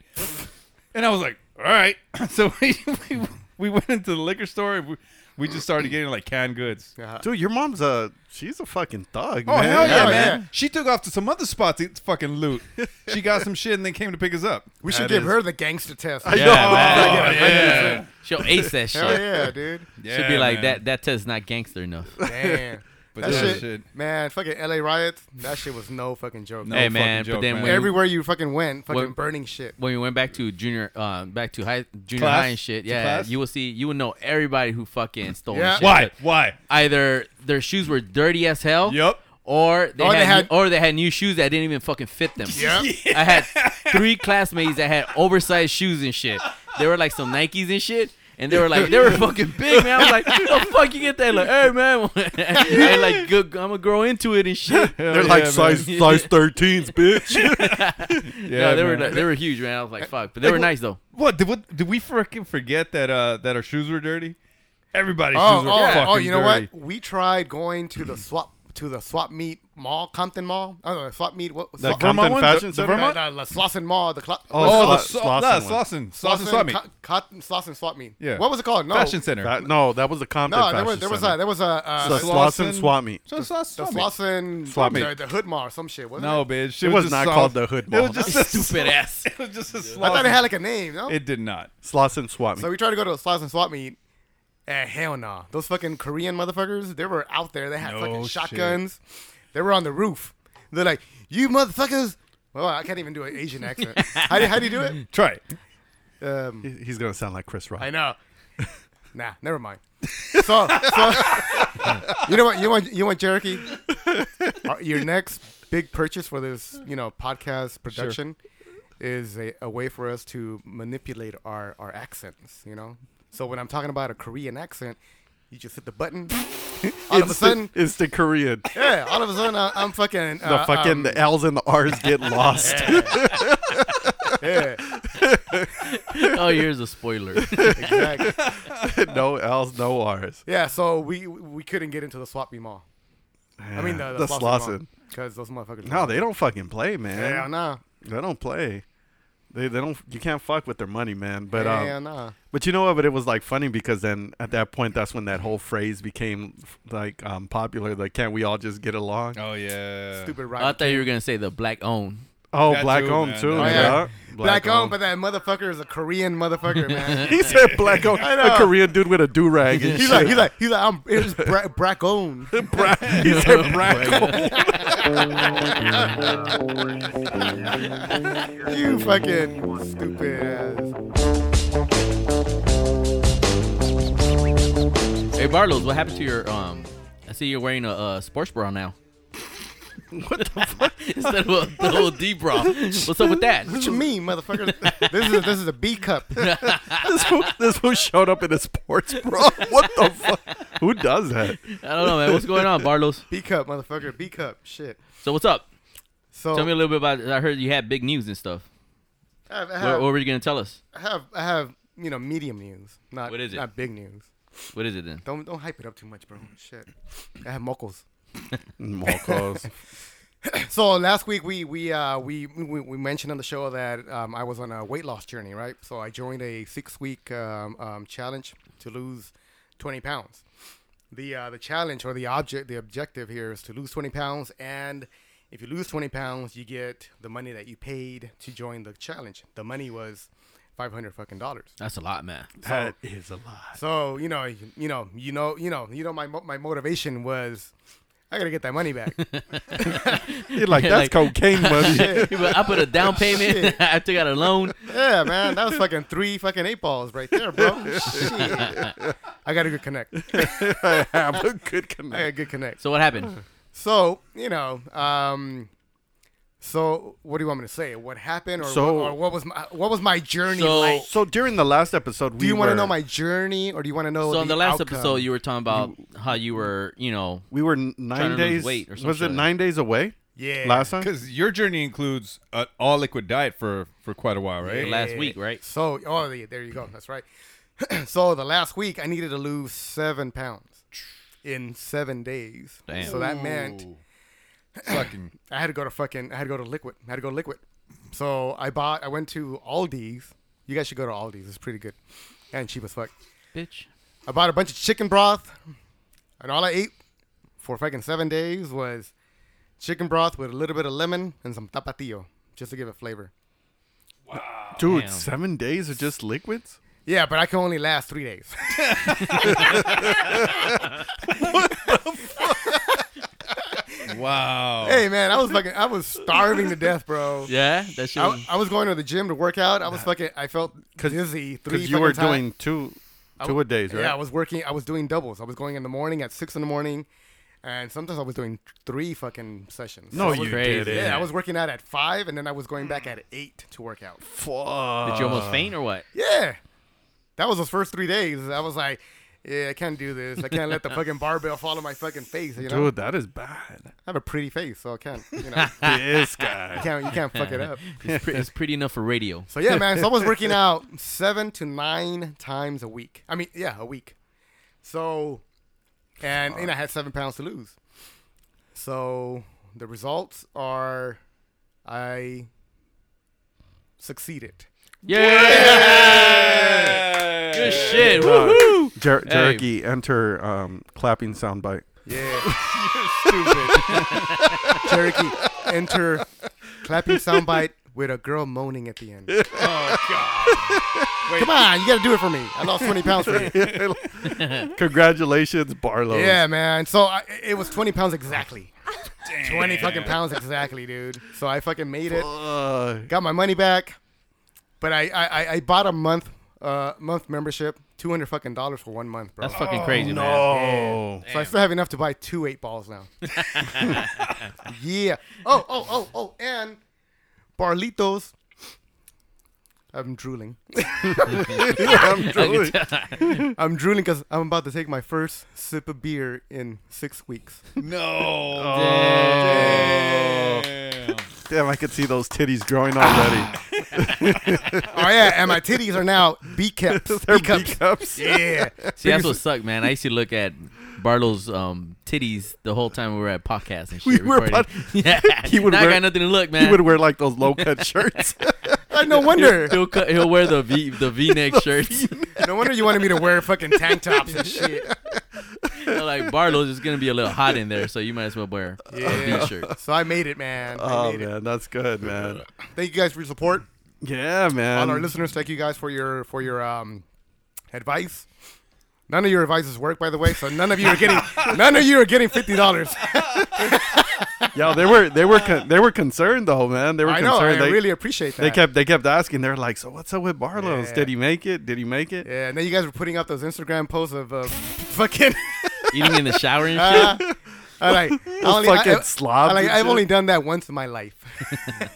Speaker 8: and I was like, all right. so we, we, we went into the liquor store and we, we just started getting like canned goods.
Speaker 6: Dude, your mom's a she's a fucking thug.
Speaker 8: Oh
Speaker 6: man.
Speaker 8: hell yeah,
Speaker 7: yeah.
Speaker 8: man! She took off to some other spot to fucking loot. She got some shit and then came to pick us up.
Speaker 7: We should
Speaker 6: That
Speaker 7: give
Speaker 6: is-
Speaker 7: her the gangster test.
Speaker 6: I
Speaker 7: Yeah,
Speaker 6: know.
Speaker 8: Oh, yeah.
Speaker 5: She'll ace that shit.
Speaker 7: Hell yeah, dude.
Speaker 5: She'll be like,
Speaker 8: man.
Speaker 5: that that test is not gangster enough.
Speaker 7: Damn.
Speaker 8: But
Speaker 7: That
Speaker 8: yeah,
Speaker 7: shit, man, fucking LA riots, that shit was no fucking joke.
Speaker 8: No
Speaker 5: hey,
Speaker 8: fucking
Speaker 5: man, but
Speaker 8: joke,
Speaker 5: then
Speaker 8: man.
Speaker 5: when-
Speaker 7: Everywhere you fucking went, fucking
Speaker 5: What-
Speaker 7: burning shit.
Speaker 5: when we went back to junior, uh, back to high, junior
Speaker 8: Class?
Speaker 5: high and shit,
Speaker 8: To
Speaker 5: yeah,
Speaker 8: class?
Speaker 5: you will see, you will know everybody who fucking stole
Speaker 7: Yeah.
Speaker 5: shit.
Speaker 8: Why? Why?
Speaker 5: Either their shoes were dirty as hell.
Speaker 8: Yup.
Speaker 5: Or they,
Speaker 7: Or
Speaker 5: had,
Speaker 7: they had-
Speaker 5: new, or they had new shoes that didn't even fucking fit them.
Speaker 7: Yeah.
Speaker 5: I had three classmates that had oversized shoes and shit. They were like some Nikes and shit. And they were like, they were fucking big, man. I was like, the fuck you get that? Like, hey, man. I like, good, I'm gonna grow into it and shit.
Speaker 6: They're like
Speaker 8: yeah,
Speaker 6: size
Speaker 5: man.
Speaker 6: size thirteens, bitch.
Speaker 8: Yeah,
Speaker 5: no, they were
Speaker 8: man.
Speaker 5: they were huge, man. I was like, fuck, but they were
Speaker 8: what-
Speaker 5: nice though.
Speaker 8: What did what did we freaking forget that uh that our shoes were dirty? Everybody's
Speaker 7: Oh,
Speaker 8: shoes were
Speaker 7: oh,
Speaker 8: fucking
Speaker 7: oh, you know
Speaker 8: dirty.
Speaker 7: what? We tried going to the swap to the swap meet mall, Compton Mall. I don't know, swap meet. What?
Speaker 6: The
Speaker 7: swap,
Speaker 8: Vermont
Speaker 6: Compton
Speaker 8: one? The-
Speaker 6: Fashion
Speaker 8: the
Speaker 6: Center.
Speaker 8: Vermont-
Speaker 7: no, no, the Slauson Mall. The cl-
Speaker 6: Oh,
Speaker 8: Oh,
Speaker 6: Sla-
Speaker 8: the Sla- nah,
Speaker 6: Slauson one.
Speaker 8: Slauson, Slauson, Swami.
Speaker 7: Co- Cotton Slauson swap meet.
Speaker 8: Yeah.
Speaker 7: What was it called? No,
Speaker 8: Fashion Center.
Speaker 6: That- no, that was the Compton
Speaker 7: No,
Speaker 6: Fashion
Speaker 7: there was there was
Speaker 6: Center.
Speaker 7: a there was a uh,
Speaker 6: The Slauson Swap Meet.
Speaker 8: So Slauson
Speaker 7: the
Speaker 8: Swap Meet.
Speaker 7: Slauson
Speaker 6: Swap meet.
Speaker 7: the, the Hood Mall or some shit. Wasn't
Speaker 8: No,
Speaker 7: it?
Speaker 8: bitch.
Speaker 6: It was
Speaker 8: just
Speaker 6: not
Speaker 8: Slauson-
Speaker 6: called the Hood
Speaker 8: It
Speaker 6: Mall.
Speaker 8: was just a
Speaker 5: Stupid ass.
Speaker 8: It was just a Slauson.
Speaker 7: I thought it had like a name. No,
Speaker 8: It did not.
Speaker 6: Slauson Swap Meet.
Speaker 7: So we tried to go to a slice and swap meet. And hell no. Those fucking Korean motherfuckers, they were out there. They had
Speaker 8: No
Speaker 7: fucking
Speaker 8: shit.
Speaker 7: shotguns. They were on the roof. They're like, you motherfuckers. Well, I can't even do an Asian accent. how, do, how do you do it?
Speaker 8: Try. it.
Speaker 7: Um,
Speaker 6: He- He's gonna sound like Chris Rock.
Speaker 7: I know. Nah, never mind. So, so you know what? You want you want Cherokee? Uh, Your next big purchase for this, you know, podcast production is a, a way for us to manipulate our our accents. You know, so when I'm talking about a Korean accent, you just hit the button. all of a
Speaker 6: Instant-
Speaker 7: sudden,
Speaker 6: instant Korean.
Speaker 7: yeah, all of a sudden I, I'm fucking uh, um,
Speaker 6: The fucking the L's and the R's get lost.
Speaker 5: Oh, here's a spoiler.
Speaker 7: exactly.
Speaker 6: no L's, no R's.
Speaker 7: Yeah, so we we couldn't get into the swap meet mall. I mean the, the,
Speaker 6: The Slauson.
Speaker 7: because those motherfuckers.
Speaker 6: No, they don't fucking play, man.
Speaker 7: Hell nah.
Speaker 6: They don't play. They they don't. You can't fuck with their money, man. But um,
Speaker 7: Hell nah.
Speaker 6: But you know what? But it was like funny because then at that point, that's when that whole phrase became like um, popular. Like, can't we all just get along?
Speaker 8: Oh yeah.
Speaker 7: Stupid right.
Speaker 5: I thought you were gonna say the black own.
Speaker 6: Oh,
Speaker 8: That
Speaker 6: black
Speaker 8: too,
Speaker 6: owned
Speaker 8: man.
Speaker 6: too.
Speaker 8: Oh,
Speaker 7: yeah.
Speaker 6: yeah.
Speaker 7: Black on, but that motherfucker is a Korean motherfucker, man.
Speaker 6: he said black owned. A Korean dude with a do rag.
Speaker 7: he's like, he's like, he's like, I'm it's bra- Brack on.
Speaker 6: he said black owned.
Speaker 7: you fucking stupid ass.
Speaker 5: Hey Barlos, what happened to your um? I see you're wearing a uh, sports bra now. what the fuck? Instead of a, the whole D bra. What's up with that?
Speaker 7: What you mean, motherfucker? this is this is a B cup.
Speaker 6: This who this who showed up in a sports bra. What the fuck? Who does that?
Speaker 5: I don't know, man. What's going on, Barlos?
Speaker 7: B cup, motherfucker. B cup. Shit.
Speaker 5: So what's up?
Speaker 7: So
Speaker 5: Tell me a little bit about. I heard you had big news and stuff.
Speaker 7: I have, I
Speaker 5: What,
Speaker 7: have,
Speaker 5: what were you gonna tell us?
Speaker 7: I have I have you know medium news, not
Speaker 5: What is it?
Speaker 7: not big news.
Speaker 5: What is it then?
Speaker 7: Don't don't hype it up too much, bro. Shit, I have mocos.
Speaker 6: Malcos.
Speaker 7: So last week we we uh, we, we we mentioned on the show that um, I was on a weight loss journey, right? So I joined a six week um, um, challenge to lose twenty pounds. The uh, the challenge or the object the objective here is to lose twenty pounds, and if you lose twenty pounds, you get the money that you paid to join the challenge. The money was five hundred fucking dollars.
Speaker 5: That's a lot, man.
Speaker 6: that is a lot.
Speaker 7: So you know, you, you know, you know, you know, you know, my mo- my motivation was. I gotta get that money back.
Speaker 6: You're like, that's cocaine money.
Speaker 5: I put a down payment. I took out a loan.
Speaker 7: yeah, man, that was fucking three fucking eight balls right there, bro. Shit. I got a good connect. I
Speaker 6: I have a good
Speaker 7: got a
Speaker 6: connect.
Speaker 7: good connect.
Speaker 5: So what happened?
Speaker 7: So you know, um, so what do you want me to say? What happened, or,
Speaker 6: So-
Speaker 7: what, or what was my what was my journey
Speaker 5: So-
Speaker 7: like?
Speaker 6: So during the last episode, we
Speaker 7: Do you want to
Speaker 6: were-
Speaker 7: know my journey, or do you want to know?
Speaker 5: So
Speaker 7: the
Speaker 5: on the last
Speaker 7: outcome?
Speaker 5: episode, you were talking about how you were, you know,
Speaker 6: We were n- nine
Speaker 5: Trying to lose
Speaker 6: days.
Speaker 5: weight or some
Speaker 6: was
Speaker 5: shit
Speaker 6: it
Speaker 5: like
Speaker 6: nine days away?
Speaker 7: Yeah.
Speaker 6: Last time.
Speaker 8: Because your journey includes an all liquid diet for for quite a while, right?
Speaker 5: last week, right?
Speaker 7: So oh, yeah, there you go. That's right. so the last week, I needed to lose seven pounds in seven days.
Speaker 5: Damn.
Speaker 7: So that meant
Speaker 8: Fucking
Speaker 7: I had to go to fucking. I had to go to Liquid. I had to go to Liquid. So I bought. I went to Aldi's. You guys should go to Aldi's. It's pretty good, and cheap as fuck.
Speaker 5: Bitch.
Speaker 7: I bought a bunch of chicken broth, and all I ate for fucking seven days was chicken broth with a little bit of lemon and some tapatio, just to give it flavor.
Speaker 6: Dude,
Speaker 5: Damn.
Speaker 6: seven days of just liquids.
Speaker 7: Yeah, but I can only last three days.
Speaker 8: wow.
Speaker 7: hey man, I was fucking. I was starving to death, bro.
Speaker 5: Yeah, that shit.
Speaker 7: I, I was going to the gym to work out. I was fucking. I felt dizzy. Three.
Speaker 6: Because you were
Speaker 7: fucking times.
Speaker 6: doing two, two a days, right?
Speaker 7: Yeah, I was working. I was doing doubles. I was going in the morning at six in the morning, and sometimes I was doing three fucking sessions.
Speaker 6: no,
Speaker 7: So I was-
Speaker 6: you
Speaker 5: crazy.
Speaker 6: did it.
Speaker 7: Yeah, I was working out at five, and then I was going back at eight to work out.
Speaker 5: Did you almost faint or what?
Speaker 7: Yeah, that was those first three days. I was like, yeah, I can't do this. I can't let the fucking barbell fall on my fucking face. You know,
Speaker 6: Dude, that is bad.
Speaker 7: I have a pretty face, so I can't. You know,
Speaker 6: This
Speaker 7: you
Speaker 6: guy.
Speaker 7: can't you can't fuck it up.
Speaker 5: It's, pre- it's pretty enough for radio.
Speaker 7: So yeah, man. So I was working out seven to nine times a week. I mean, yeah, a week. So, and and I had seven pounds to lose. So the results are, I succeeded.
Speaker 5: Yeah. Good shit. Woohoo.
Speaker 6: Jer- Jerky, enter um, clapping soundbite.
Speaker 7: Yeah. Stupid. Cherokee, enter clapping soundbite with a girl moaning at the end. Oh God! Come on, you got to do it for me. I lost twenty pounds for you.
Speaker 6: Congratulations, Barlow.
Speaker 7: Yeah, man. So I, it was 20 pounds exactly. 20 fucking pounds exactly, dude. So I fucking made it.
Speaker 6: Uh,
Speaker 7: Got my money back. But I I, I- I bought a month uh month membership, 200 fucking dollars for one month, bro.
Speaker 5: That's fucking crazy, man.
Speaker 6: oh,
Speaker 7: so I still have enough to buy two eight balls now. yeah. Oh, oh, oh, oh, and Barlitos. I'm drooling.
Speaker 6: I'm drooling.
Speaker 7: I'm drooling because I'm about to take my first sip of beer in six weeks.
Speaker 8: No. Damn.
Speaker 6: Damn, I could see those titties growing already.
Speaker 7: Oh yeah, and my titties are now B cups.
Speaker 6: They're
Speaker 7: B cups.
Speaker 6: B-cups.
Speaker 7: Yeah.
Speaker 5: See, that's what sucked, man. I used to look at Barlow's um, titties the whole time we were at podcasts and shit.
Speaker 6: We were
Speaker 5: recording.
Speaker 6: pod-
Speaker 5: yeah.
Speaker 6: He would
Speaker 5: now I
Speaker 6: wear-
Speaker 5: got nothing to look, man.
Speaker 6: He would wear like those low cut shirts.
Speaker 7: no wonder.
Speaker 5: He'll, cut, he'll wear the V the V neck shirts.
Speaker 7: No wonder you wanted me to wear fucking tank tops and shit.
Speaker 5: They're like Barlow's is gonna be a little hot in there, so you might as well wear a V shirt.
Speaker 7: So I made it, man. I
Speaker 6: oh
Speaker 7: made
Speaker 6: man, that's good, man.
Speaker 7: it. Thank you guys for your support.
Speaker 6: Yeah, man.
Speaker 7: All our listeners, thank you guys for your for your um advice. None of your advices work, by the way. So none of you are getting none of you are getting fifty dollars.
Speaker 6: Yeah, they were they were con- they were concerned though, man. They were
Speaker 7: I know.
Speaker 6: concerned.
Speaker 7: I
Speaker 6: they,
Speaker 7: really appreciate that.
Speaker 6: they kept they kept asking. They're like, so what's up with Barlow's?
Speaker 7: Yeah.
Speaker 6: Did he make it? Did he make it?
Speaker 7: yeah, and then you guys were putting up those Instagram posts of uh, fucking. uh,
Speaker 5: Eating in the shower
Speaker 7: Ah,
Speaker 5: and shit.
Speaker 7: I like, I only, I-
Speaker 6: fucking
Speaker 7: I-
Speaker 6: slobs
Speaker 7: I like,
Speaker 6: and
Speaker 7: I've
Speaker 6: shit.
Speaker 7: only done that once in my life.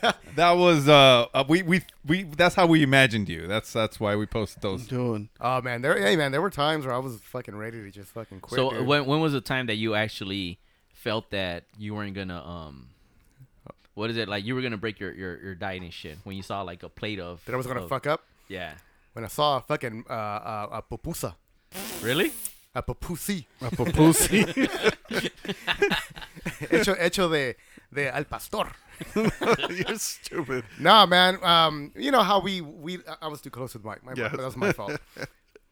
Speaker 8: That was uh uh, we we we that's how we imagined you. That's that's why we posted those.
Speaker 6: Doing
Speaker 7: Oh man, there hey man, there were times where I was fucking ready to just fucking quit.
Speaker 5: so uh,
Speaker 7: dude.
Speaker 5: when when was the time that you actually felt that you weren't gonna um what is it like you were gonna break your your, your diet and shit when you saw like a plate of
Speaker 7: that I was gonna
Speaker 5: of-
Speaker 7: fuck up
Speaker 5: yeah
Speaker 7: when I saw a fucking uh, uh, a pupusa.
Speaker 5: Really?
Speaker 7: A papusi.
Speaker 6: A papusi.
Speaker 7: hecho, hecho de, de al pastor.
Speaker 6: You're stupid.
Speaker 7: Nah, man. Um, you know how we we I- I was too close with Mike. My,
Speaker 6: Yes.
Speaker 7: That was my fault.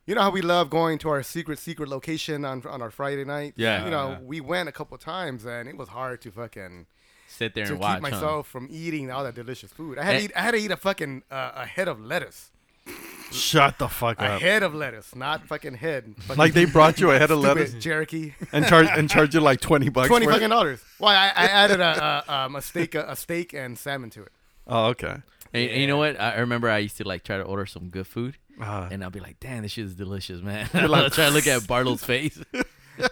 Speaker 7: you know how we love going to our secret secret location on on our Friday night.
Speaker 5: Yeah.
Speaker 7: You know we went a couple times and it was hard to fucking
Speaker 5: Sit there
Speaker 7: to
Speaker 5: and watch.
Speaker 7: keep
Speaker 5: huh?
Speaker 7: myself from eating all that delicious food. I had to
Speaker 5: Eh.
Speaker 7: eat, I had to eat a fucking uh, a head of lettuce.
Speaker 6: Shut the fuck
Speaker 7: A
Speaker 6: up.
Speaker 7: head of lettuce, not fucking head. Fucking
Speaker 6: Like they brought you a head of
Speaker 7: stupid
Speaker 6: lettuce
Speaker 7: Cherokee.
Speaker 6: and charge and charge you like twenty bucks.
Speaker 7: Twenty
Speaker 6: worth?
Speaker 7: fucking dollars. Why I, I added a, a um, a steak a, a steak and salmon to it.
Speaker 6: Oh, okay.
Speaker 5: And, and you know what? I I remember I used to like try to order some good food,
Speaker 6: Uh,
Speaker 5: and I'll be like, "Damn, this shit is delicious, man." I like, try to look at Bartle's face.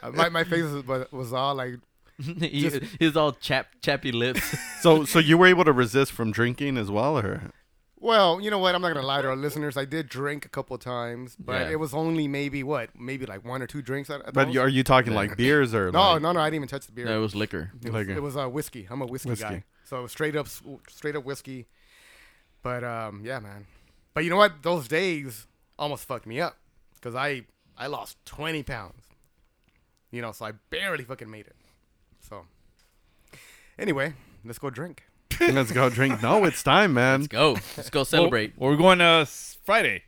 Speaker 7: Uh, My my face was, was all like
Speaker 5: he, his all chap chappy lips.
Speaker 6: so so you were able to resist from drinking as well, or
Speaker 7: Well, you know what? I'm not gonna lie to our listeners. I did drink a couple times, but
Speaker 5: Yeah.
Speaker 7: it was only maybe what, maybe like one or two drinks. At, at
Speaker 6: but
Speaker 7: most.
Speaker 6: you, are you talking like beers or
Speaker 7: no,
Speaker 6: like,
Speaker 7: no, no. I didn't even touch the beer.
Speaker 5: no, it was liquor.
Speaker 7: it was,
Speaker 6: like a-
Speaker 7: it was uh, whiskey. I'm a whiskey,
Speaker 6: Whiskey.
Speaker 7: guy, so it was straight up, s- straight up whiskey. But um, yeah, man. But you know what? Those days almost fucked me up because I I lost 20 pounds. You know, so I barely fucking made it. So anyway, let's go drink.
Speaker 6: Let's go drink. No, it's time, man.
Speaker 5: Go, let's go celebrate.
Speaker 8: Well, we're going to uh, s- Friday.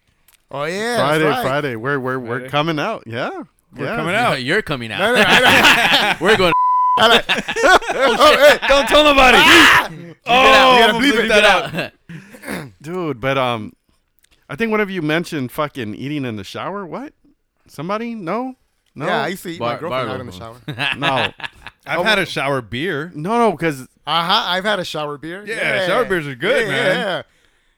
Speaker 7: Oh yeah, that's
Speaker 6: Friday,
Speaker 7: right.
Speaker 6: Friday. We're we're we're
Speaker 8: Friday.
Speaker 6: coming out. Yeah, we're
Speaker 7: Ah.
Speaker 8: coming out.
Speaker 5: Oh, You're coming out.
Speaker 7: No, no, I don't-
Speaker 5: We're going.
Speaker 8: Don't tell nobody.
Speaker 7: Ah!
Speaker 8: oh,
Speaker 5: You
Speaker 8: you
Speaker 5: gotta
Speaker 8: gotta
Speaker 5: bleep
Speaker 8: bleep that out.
Speaker 6: dude. But um, I think one of you mentioned fucking eating in the shower. What? Somebody? No, no,
Speaker 7: Yeah, I used to eat my
Speaker 5: Bar-
Speaker 7: girlfriend out
Speaker 5: Barlow.
Speaker 7: in the shower. Uh-huh,
Speaker 6: no,
Speaker 8: I've had a shower beer.
Speaker 6: no, no. Because
Speaker 7: Uh huh. I've had a shower beer.
Speaker 8: Yeah, shower beers are good,
Speaker 7: yeah,
Speaker 8: man.
Speaker 7: Yeah.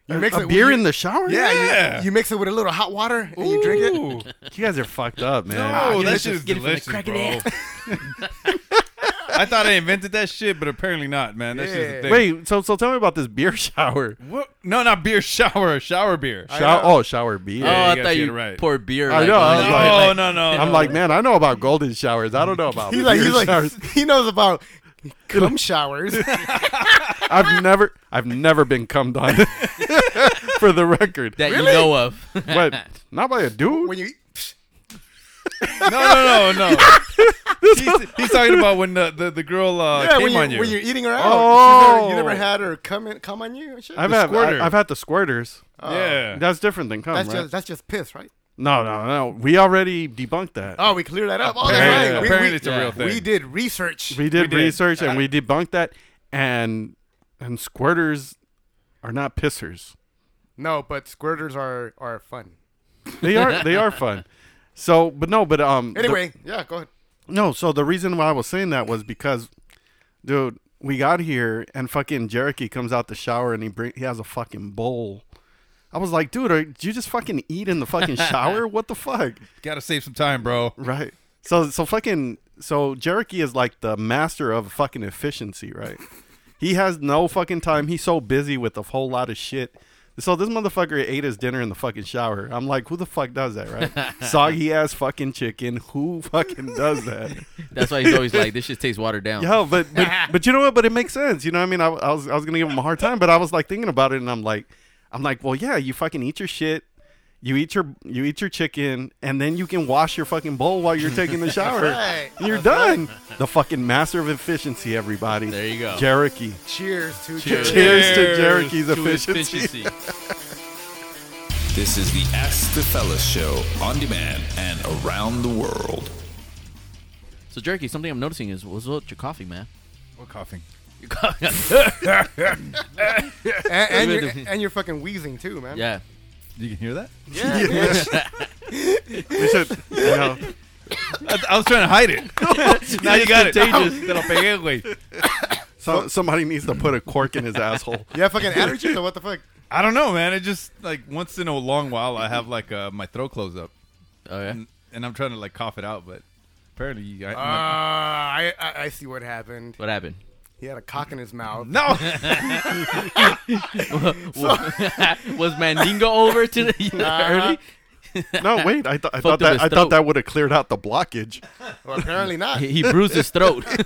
Speaker 7: You mix
Speaker 6: a
Speaker 7: it
Speaker 6: beer
Speaker 7: with,
Speaker 6: in the shower?
Speaker 7: yeah, you-
Speaker 8: Yeah.
Speaker 7: You, mix it with a little hot water and you drink it.
Speaker 8: Ooh.
Speaker 6: you guys are fucked up, man.
Speaker 8: Oh, that
Speaker 5: let's
Speaker 8: shit
Speaker 5: just
Speaker 8: is
Speaker 5: get it from the
Speaker 8: delicious,
Speaker 5: crack of
Speaker 8: bro. I thought I invented that shit, but apparently not, man. That's just
Speaker 7: Yeah.
Speaker 8: a thing.
Speaker 6: Wait, so so tell me about this beer shower.
Speaker 8: what? No, not beer shower, shower beer.
Speaker 6: Shower? Oh, shower beer.
Speaker 5: Oh,
Speaker 8: Yeah, you
Speaker 5: I
Speaker 8: gotta
Speaker 5: thought
Speaker 8: get
Speaker 5: you
Speaker 8: it right.
Speaker 5: poured beer.
Speaker 6: I
Speaker 5: like,
Speaker 6: know,
Speaker 5: on
Speaker 6: I was
Speaker 5: the-
Speaker 6: like-
Speaker 8: No, no, no.
Speaker 6: I'm like, man, I know about golden showers. I don't know about
Speaker 7: He's
Speaker 6: beer
Speaker 7: like, he's like,
Speaker 6: showers.
Speaker 7: he knows about cum showers.
Speaker 6: I've never, I've never been cummed on, for the record.
Speaker 5: that you know of.
Speaker 6: but not by a dude.
Speaker 7: when you eat.
Speaker 8: no, no, no, no. he's, he's talking about when the the, the girl uh,
Speaker 7: Yeah,
Speaker 8: came
Speaker 7: when, you,
Speaker 8: on you.
Speaker 7: when you're eating her out.
Speaker 6: Oh.
Speaker 7: She's never- you never had her come in, come on you and shit.
Speaker 6: I've
Speaker 8: the
Speaker 6: had,
Speaker 8: squirter.
Speaker 6: I, have had the squirters.
Speaker 8: yeah.
Speaker 6: That's different than cum,
Speaker 7: that's
Speaker 6: right?
Speaker 7: just that's just piss, right?
Speaker 6: no, no, no. We already debunked that.
Speaker 7: Oh, we cleared that up. Oh, that's
Speaker 8: Apparently-
Speaker 7: right. We-
Speaker 8: apparently
Speaker 7: we,
Speaker 8: it's a real thing.
Speaker 7: We did research.
Speaker 6: we did
Speaker 8: we did.
Speaker 6: research and we debunked that, and and squirters are not pissers.
Speaker 7: no, but squirters are are fun.
Speaker 6: They are, they are fun. So, but no, but um. the-
Speaker 7: Anyway, yeah, go ahead.
Speaker 6: No, so the reason why I was saying that was because, dude, we got here and fucking Jericho comes out the shower and he bring he has a fucking bowl. I was like, dude, are, did you just fucking eat in the fucking shower? what the fuck?
Speaker 8: Gotta save some time, bro.
Speaker 6: Right. So so fucking so Jericho is like the master of fucking efficiency, right? he has no fucking time. He's so busy with a whole lot of shit. So this motherfucker ate his dinner in the fucking shower. I'm like, who the fuck does that, right? Soggy ass fucking chicken. Who fucking does that?
Speaker 5: That's why he's always like, this shit tastes watered down.
Speaker 6: Yeah, but but, but you know what? But it makes sense. You know what I mean? I, I was I was gonna give him a hard time, but I was like thinking about it, and I'm like, I'm like, well, yeah, you fucking eat your shit, you eat your you eat your chicken, and then you can wash your fucking bowl while you're taking the shower.
Speaker 7: right.
Speaker 6: And You're done. The fucking master of efficiency, everybody.
Speaker 5: There you go.
Speaker 6: Jericho.
Speaker 7: Cheers to
Speaker 6: Cheers,
Speaker 7: Jerry.
Speaker 6: to
Speaker 8: Cheers
Speaker 6: Jericho's
Speaker 5: To his
Speaker 6: efficiency.
Speaker 5: efficiency.
Speaker 1: This is the Ask the Fellas show on demand and around the world.
Speaker 5: so jerky, something I'm noticing is what's up with your coffee, man?
Speaker 8: We're coughing.
Speaker 5: Your coffee.
Speaker 7: And, and, you're, and you're fucking wheezing too, man.
Speaker 5: yeah.
Speaker 8: You can hear that?
Speaker 6: We should, you know,
Speaker 8: I, I was trying to hide it. now you got it. Te lo pegué, güey.
Speaker 6: so, somebody needs to put a cork in his asshole.
Speaker 7: You have fucking allergies or what the fuck?
Speaker 8: I don't know, man. It just like once in a long while, I have like uh, my throat closed up,
Speaker 5: Oh yeah.
Speaker 8: and, and I'm trying to like cough it out, but apparently, you- I, I'm
Speaker 7: Uh,
Speaker 8: not-
Speaker 7: I, I I see what happened.
Speaker 5: What happened?
Speaker 7: He had a cock in his mouth.
Speaker 8: no.
Speaker 5: Was Mandingo over to the
Speaker 7: Uh-huh.
Speaker 5: early?
Speaker 6: No, wait. I, th- I thought
Speaker 5: up
Speaker 6: that
Speaker 5: his
Speaker 6: I
Speaker 5: throat.
Speaker 6: thought that would have cleared out the blockage.
Speaker 7: Well, apparently not.
Speaker 5: He, he bruised his throat.
Speaker 6: he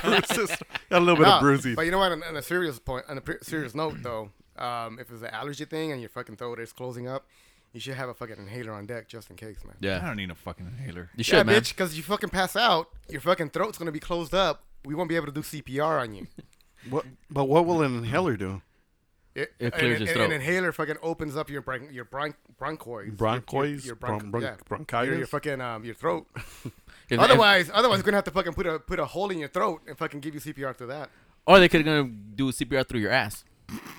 Speaker 6: bruises. Got a little bit
Speaker 7: No,
Speaker 6: of bruising.
Speaker 7: But you know what? On, on a serious point, on a pre- serious note though, um, if it's an allergy thing and your fucking throat is closing up, You should have a fucking inhaler on deck just in case, man.
Speaker 8: I
Speaker 5: Yeah,
Speaker 8: don't need a fucking inhaler.
Speaker 5: you should,
Speaker 7: Yeah,
Speaker 5: man.
Speaker 7: bitch, because you fucking pass out, your fucking throat's gonna be closed up. We won't be able to do CPR on you.
Speaker 6: What, but what will an inhaler do?
Speaker 7: It,
Speaker 5: It clears
Speaker 7: an,
Speaker 5: your
Speaker 7: an-
Speaker 5: throat.
Speaker 7: An inhaler fucking opens up your bron- your bron- bronchoids,
Speaker 6: Bronchoids?
Speaker 7: your, your, your bronch-
Speaker 6: Bron- bron-
Speaker 7: yeah.
Speaker 6: bronchitis?
Speaker 7: your, your fucking um, your throat.
Speaker 5: 'Cause if-
Speaker 7: otherwise, otherwise, you're gonna have to fucking put a put a hole in your throat and fucking give you CPR through that.
Speaker 5: or they could gonna do CPR through your ass.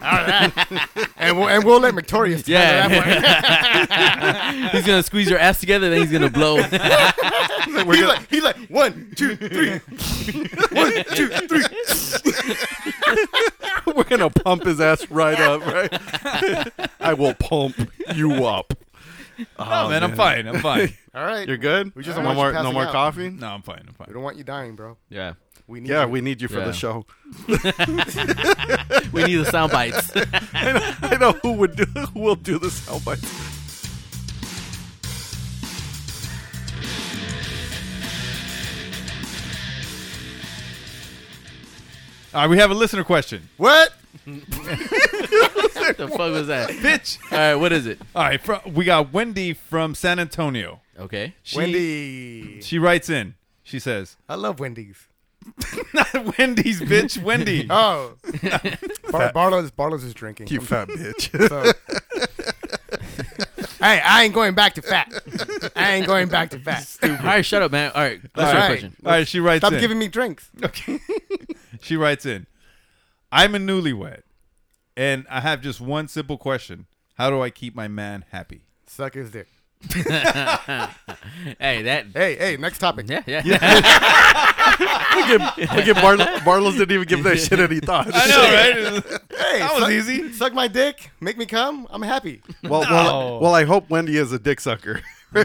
Speaker 7: And we'll and we'll let Victorious.
Speaker 5: Yeah. he's gonna squeeze your ass together, then he's gonna blow.
Speaker 7: he's like he's like one, two, three.
Speaker 6: We're gonna pump his ass right up, right? I will pump you up.
Speaker 7: Oh,
Speaker 8: No, man, I'm fine. I'm fine.
Speaker 7: All right,
Speaker 6: You're good.
Speaker 7: We just don't
Speaker 6: no more,
Speaker 7: want you
Speaker 6: no
Speaker 7: passing
Speaker 6: more
Speaker 7: out.
Speaker 6: coffee.
Speaker 8: no, I'm fine. I'm
Speaker 7: We
Speaker 8: fine.
Speaker 7: don't want you dying, bro.
Speaker 5: yeah,
Speaker 7: We need.
Speaker 6: Yeah,
Speaker 7: you.
Speaker 6: we need you for
Speaker 5: Yeah.
Speaker 6: the show.
Speaker 5: we need the sound bites.
Speaker 6: I know who would do who will do the soundbite.
Speaker 8: All right, we have a listener question.
Speaker 7: what?
Speaker 5: the fuck was that?
Speaker 8: Bitch.
Speaker 5: All right, what is it?
Speaker 8: All right, fro- we got Wendy from San Antonio.
Speaker 5: Okay,
Speaker 8: She,
Speaker 7: Wendy.
Speaker 8: She writes in. She says,
Speaker 7: I love Wendy's.
Speaker 8: "Not Wendy's, bitch. Wendy."
Speaker 7: Oh, Bar- Barlow's Barlow's is drinking.
Speaker 6: You fat bitch.
Speaker 7: So. hey, I ain't going back to fat. I ain't going back to fat.
Speaker 5: all right, shut up, man. All right, that's
Speaker 8: All
Speaker 5: your
Speaker 8: right.
Speaker 5: question.
Speaker 8: All right, she writes
Speaker 7: Stop
Speaker 8: in.
Speaker 7: giving me drinks.
Speaker 8: she writes in. I'm a newlywed, and I have just one simple question: How do I keep my man happy?
Speaker 7: Suck his dick.
Speaker 5: Hey, that.
Speaker 7: Hey, hey, next topic.
Speaker 5: Yeah, yeah, yeah.
Speaker 6: Look at Barl- Barlow's didn't even give that shit any thought.
Speaker 8: know, right?
Speaker 7: Hey,
Speaker 8: That was
Speaker 7: suck,
Speaker 8: easy.
Speaker 7: Suck my dick, make me come. I'm happy.
Speaker 6: Well, well, well, I hope Wendy is a dick sucker.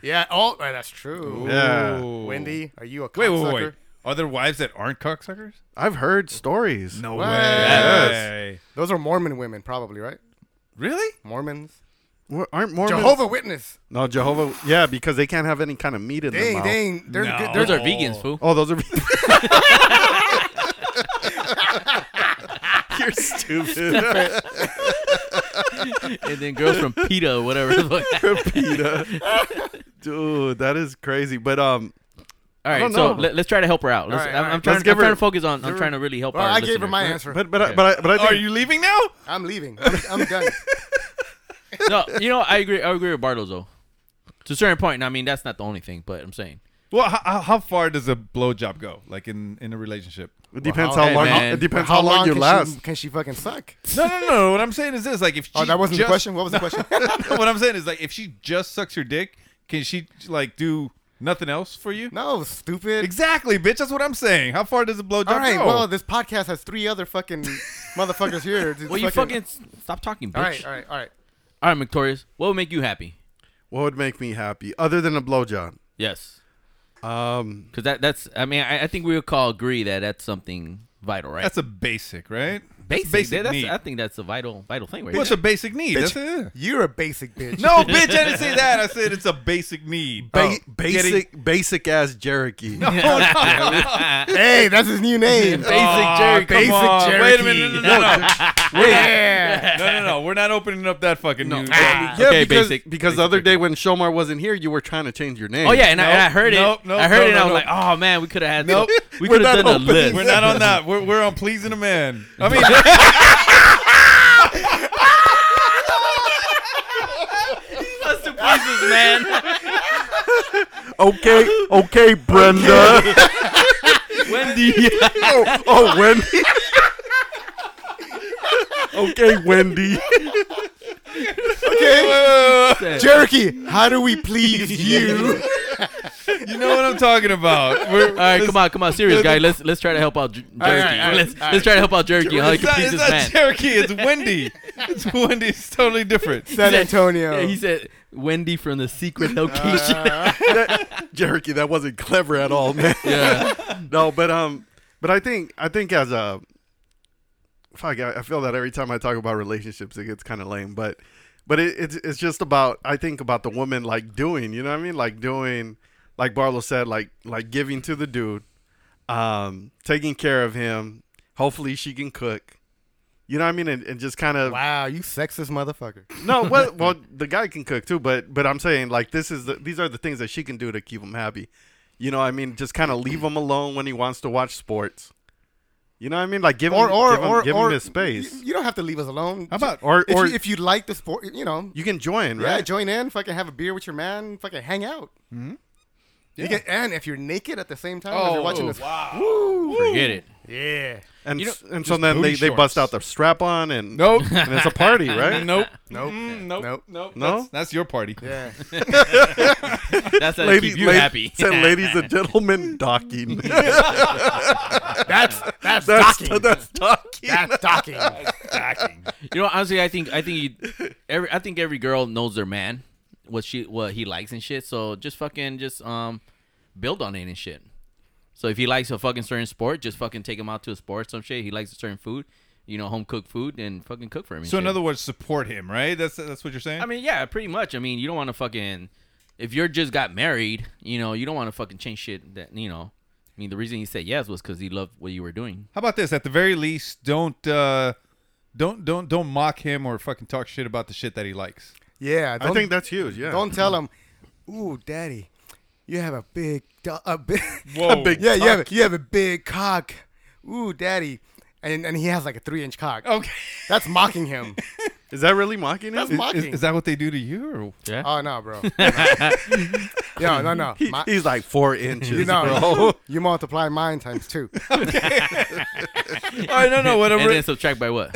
Speaker 7: Yeah. Oh, right, that's true.
Speaker 6: Yeah.
Speaker 7: Uh, Wendy, are you a cocksucker?
Speaker 8: Wait, wait, wait. Are there wives that aren't cocksuckers?
Speaker 6: I've heard stories.
Speaker 8: No
Speaker 7: What?
Speaker 8: way.
Speaker 7: Those are Mormon women, probably, right?
Speaker 8: Really?
Speaker 7: Mormons,
Speaker 6: What, aren't Mormons?
Speaker 7: Jehovah Witness.
Speaker 6: No, Jehovah. Yeah, because they can't have any kind of meat in their
Speaker 7: Dang,
Speaker 6: mouth.
Speaker 7: dang. They're
Speaker 8: No.
Speaker 7: good.
Speaker 5: Those
Speaker 7: They're,
Speaker 5: are vegans, fool.
Speaker 6: Oh, those are. You're stupid.
Speaker 5: And then girls from PETA, whatever. the fuck.
Speaker 6: Dude, that is crazy. But um,
Speaker 5: All right,
Speaker 6: don't
Speaker 5: so
Speaker 6: know.
Speaker 5: let, let's try to help her out. Let's,
Speaker 7: right,
Speaker 5: I'm,
Speaker 7: all
Speaker 5: I'm
Speaker 7: right.
Speaker 5: trying,
Speaker 6: Let's give
Speaker 5: I'm trying
Speaker 6: her-
Speaker 5: to focus on. I'm
Speaker 6: her-
Speaker 5: trying to really help
Speaker 7: well,
Speaker 5: our
Speaker 7: I gave her
Speaker 5: listeners.
Speaker 7: my answer.
Speaker 6: but but I, but I, but I think
Speaker 8: Are you leaving now?
Speaker 7: I'm leaving. I'm, I'm done.
Speaker 5: no, you know, I agree. I agree with Bartles though. To a certain point, I mean, that's not the only thing, but I'm saying
Speaker 8: Well, how, how far does a blowjob go? Like in in a relationship?
Speaker 6: it depends how
Speaker 5: hey,
Speaker 6: long.
Speaker 5: man.
Speaker 6: It depends how long you
Speaker 7: can
Speaker 6: last.
Speaker 7: She, can she fucking suck?
Speaker 8: No, no, no. What I'm saying is this: like if she
Speaker 7: Oh, that wasn't
Speaker 8: just,
Speaker 7: the question. What was the question?
Speaker 8: what I'm saying is like if she just sucks your dick, can she like do nothing else for you?
Speaker 7: no, stupid.
Speaker 8: Exactly, bitch. That's what I'm saying. How far does a blowjob
Speaker 7: All right.
Speaker 8: go?
Speaker 7: Well, this podcast has three other fucking motherfuckers here. Just
Speaker 5: Well, you fucking s- stop talking, bitch.
Speaker 7: All right. All right. All right.
Speaker 5: All right, Victorious. What would make you happy?
Speaker 6: What would make me happy other than a blowjob?
Speaker 5: Yes,
Speaker 6: Um,
Speaker 5: because that that's. I mean, I, I think we would all agree that that's something vital, right?
Speaker 8: that's a basic, right?
Speaker 5: basic.
Speaker 8: basic
Speaker 5: that's,
Speaker 8: need.
Speaker 5: I think that's a vital vital thing, right?
Speaker 8: What's a basic need? That's it.
Speaker 7: You're a basic bitch.
Speaker 8: No, bitch. I didn't say that. I said it's a basic need.
Speaker 6: ba-
Speaker 8: Oh,
Speaker 6: basic basic ass Cherokee.
Speaker 8: getting- Oh, no.
Speaker 7: Hey, that's his new name.
Speaker 8: Aw,
Speaker 5: Jerry,
Speaker 8: come
Speaker 7: basic
Speaker 8: on.
Speaker 7: Cherokee.
Speaker 8: Wait a minute. No, no, no, no.
Speaker 7: yeah.
Speaker 8: no, no, no. We're not opening up that fucking news.
Speaker 5: Ah,
Speaker 6: Yeah,
Speaker 5: okay,
Speaker 6: because,
Speaker 5: basic.
Speaker 6: Because the other day when Shomar wasn't here, you were trying to change your name.
Speaker 5: Oh yeah, and, I, and I
Speaker 8: Nope,
Speaker 5: heard it.
Speaker 8: nope, nope,
Speaker 5: I heard
Speaker 8: nope,
Speaker 5: it. and I was
Speaker 8: nope,
Speaker 5: like, oh man, we could have had.
Speaker 8: Nope.
Speaker 5: we could have
Speaker 6: not
Speaker 5: done a
Speaker 6: opening
Speaker 5: list.
Speaker 8: We're not on that. We're, we're on pleasing a man. I mean,
Speaker 5: Us to pieces, man.
Speaker 6: Okay, okay, Brenda.
Speaker 5: Wendy.
Speaker 6: oh, oh, Wendy. okay, Wendy.
Speaker 7: Cherokee, how do we please you?
Speaker 8: you know what I'm talking about. We're,
Speaker 5: All right, come on, come on, serious guy. Let's let's try to help out Jer- Jerky.
Speaker 7: right, all right,
Speaker 5: let's
Speaker 7: all right.
Speaker 5: let's try to help out Jerky. How he
Speaker 8: It's
Speaker 5: can
Speaker 8: not,
Speaker 5: please
Speaker 8: it's
Speaker 5: this
Speaker 8: not
Speaker 5: man.
Speaker 8: Cherokee. It's Wendy. It's Wendy. It's totally different.
Speaker 7: San Antonio.
Speaker 5: Yeah, he said Wendy from the secret location.
Speaker 6: Jerky, that wasn't clever at all, man.
Speaker 5: yeah.
Speaker 6: no, but um, but I think I think as a fuck, I, I feel that every time I talk about relationships, it gets kind of lame. But but it, it's it's just about I think about the woman like doing, you know what I mean, like doing, like Barlow said, like like giving to the dude, um, taking care of him. Hopefully, she can cook. You know what I mean? And, and just kind of
Speaker 7: Wow, you sexist motherfucker.
Speaker 6: no. Well, well, the guy can cook too, but but I'm saying like this is the, these are the things that she can do to keep him happy. You know, what I mean, just kind of leave him alone when he wants to watch sports. You know what I mean? Like give him
Speaker 7: Or or
Speaker 6: give him,
Speaker 7: or
Speaker 6: give him
Speaker 7: or
Speaker 6: his space.
Speaker 7: You, you don't have to leave us alone.
Speaker 8: How about-
Speaker 6: or-
Speaker 7: if,
Speaker 6: or-
Speaker 7: you, if you like the sport, you know,
Speaker 6: You can join,
Speaker 7: yeah,
Speaker 6: right? Hmm?
Speaker 7: join in, fucking have a beer with your man, fucking hang out. Mm-hmm. You
Speaker 8: Yeah.
Speaker 7: can, and if you're naked at the same time, as you're watching this.
Speaker 8: wow.
Speaker 5: Forget it.
Speaker 7: Yeah.
Speaker 6: and
Speaker 5: You know-
Speaker 6: s- and so then
Speaker 8: booty
Speaker 6: they, they bust out
Speaker 8: shorts.
Speaker 6: the strap on and
Speaker 8: Nope.
Speaker 6: and it's a party, right?
Speaker 8: nope.
Speaker 7: Nope.
Speaker 8: Mm, nope.
Speaker 7: Nope.
Speaker 8: Nope.
Speaker 6: No?
Speaker 8: That's, that's your party.
Speaker 7: Yeah.
Speaker 5: That's how they
Speaker 6: Ladies,
Speaker 5: keep you
Speaker 6: lad-
Speaker 5: happy.
Speaker 6: said ladies and gentlemen, docking. that's
Speaker 7: that's that's
Speaker 6: docking. That's docking.
Speaker 7: that's docking.
Speaker 5: You know, honestly, I think I think you, every I think every girl knows their man, what she what he likes and shit. So just fucking just um build on it and shit. So if he likes a fucking certain sport, just fucking take him out to a sport, some shit. He likes a certain food, you know, home cooked food, and fucking cook for him. and
Speaker 8: So in
Speaker 5: shit.
Speaker 8: other words, support him, right? That's that's what you're saying.
Speaker 5: I mean, yeah, pretty much. I mean, you don't want to fucking if you're just got married, you know, you don't want to fucking change shit that you know. I mean, the reason he said yes was because he loved what you were doing.
Speaker 8: How about this? At the very least, don't uh, don't don't don't mock him or fucking talk shit about the shit that he likes.
Speaker 7: Yeah.
Speaker 6: I
Speaker 7: don't-
Speaker 6: think that's huge. Yeah.
Speaker 7: Don't tell him, "Ooh, daddy, you have a big, do- a big,
Speaker 8: Whoa.
Speaker 6: big
Speaker 7: yeah, you have, a, you have a big cock. Ooh, daddy." And, and he has like a three inch cock.
Speaker 8: Okay.
Speaker 7: That's mocking him.
Speaker 6: Is that really mocking him?
Speaker 7: That's
Speaker 6: Is-
Speaker 7: mocking.
Speaker 8: Is, is that what they do to you? Or?
Speaker 7: oh, no, bro. Yo, no, no.
Speaker 6: he-
Speaker 7: My-
Speaker 6: he's like four inches,
Speaker 7: you know,
Speaker 6: bro.
Speaker 7: you multiply mine times two.
Speaker 8: All right, no, no. What I'm
Speaker 5: And
Speaker 8: re-
Speaker 5: then subtract by what?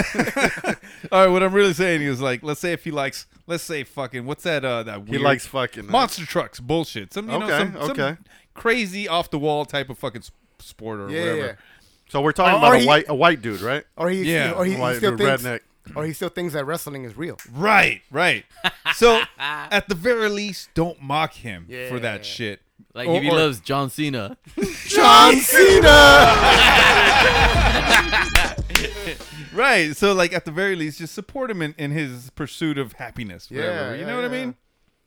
Speaker 8: all right, what I'm really saying is like, let's say if he likes, let's say fucking, what's that? Uh, that
Speaker 6: He
Speaker 8: weird-
Speaker 6: likes fucking.
Speaker 8: monster trucks, bullshit. Some you know,
Speaker 6: Okay,
Speaker 8: some, some
Speaker 6: okay.
Speaker 8: crazy off the wall type of fucking s- sport or
Speaker 7: Yeah,
Speaker 8: whatever.
Speaker 7: yeah.
Speaker 6: So we're talking
Speaker 7: Or-
Speaker 6: about
Speaker 7: or
Speaker 6: a
Speaker 7: he-
Speaker 6: white a white dude, right?
Speaker 7: Or he,
Speaker 8: Yeah,
Speaker 7: or he, he
Speaker 6: white
Speaker 7: still
Speaker 6: dude,
Speaker 7: thinks,
Speaker 6: redneck.
Speaker 7: or he still thinks that wrestling is real.
Speaker 8: Right, right. So at the very least, don't mock him for that shit.
Speaker 5: Like
Speaker 8: Or-
Speaker 5: if he
Speaker 8: or-
Speaker 5: loves John Cena,
Speaker 7: John Cena.
Speaker 8: Right. So like at the very least, just support him in, in his pursuit of happiness. Whatever.
Speaker 7: Yeah,
Speaker 8: you
Speaker 7: yeah,
Speaker 8: know what I
Speaker 7: yeah.
Speaker 8: mean?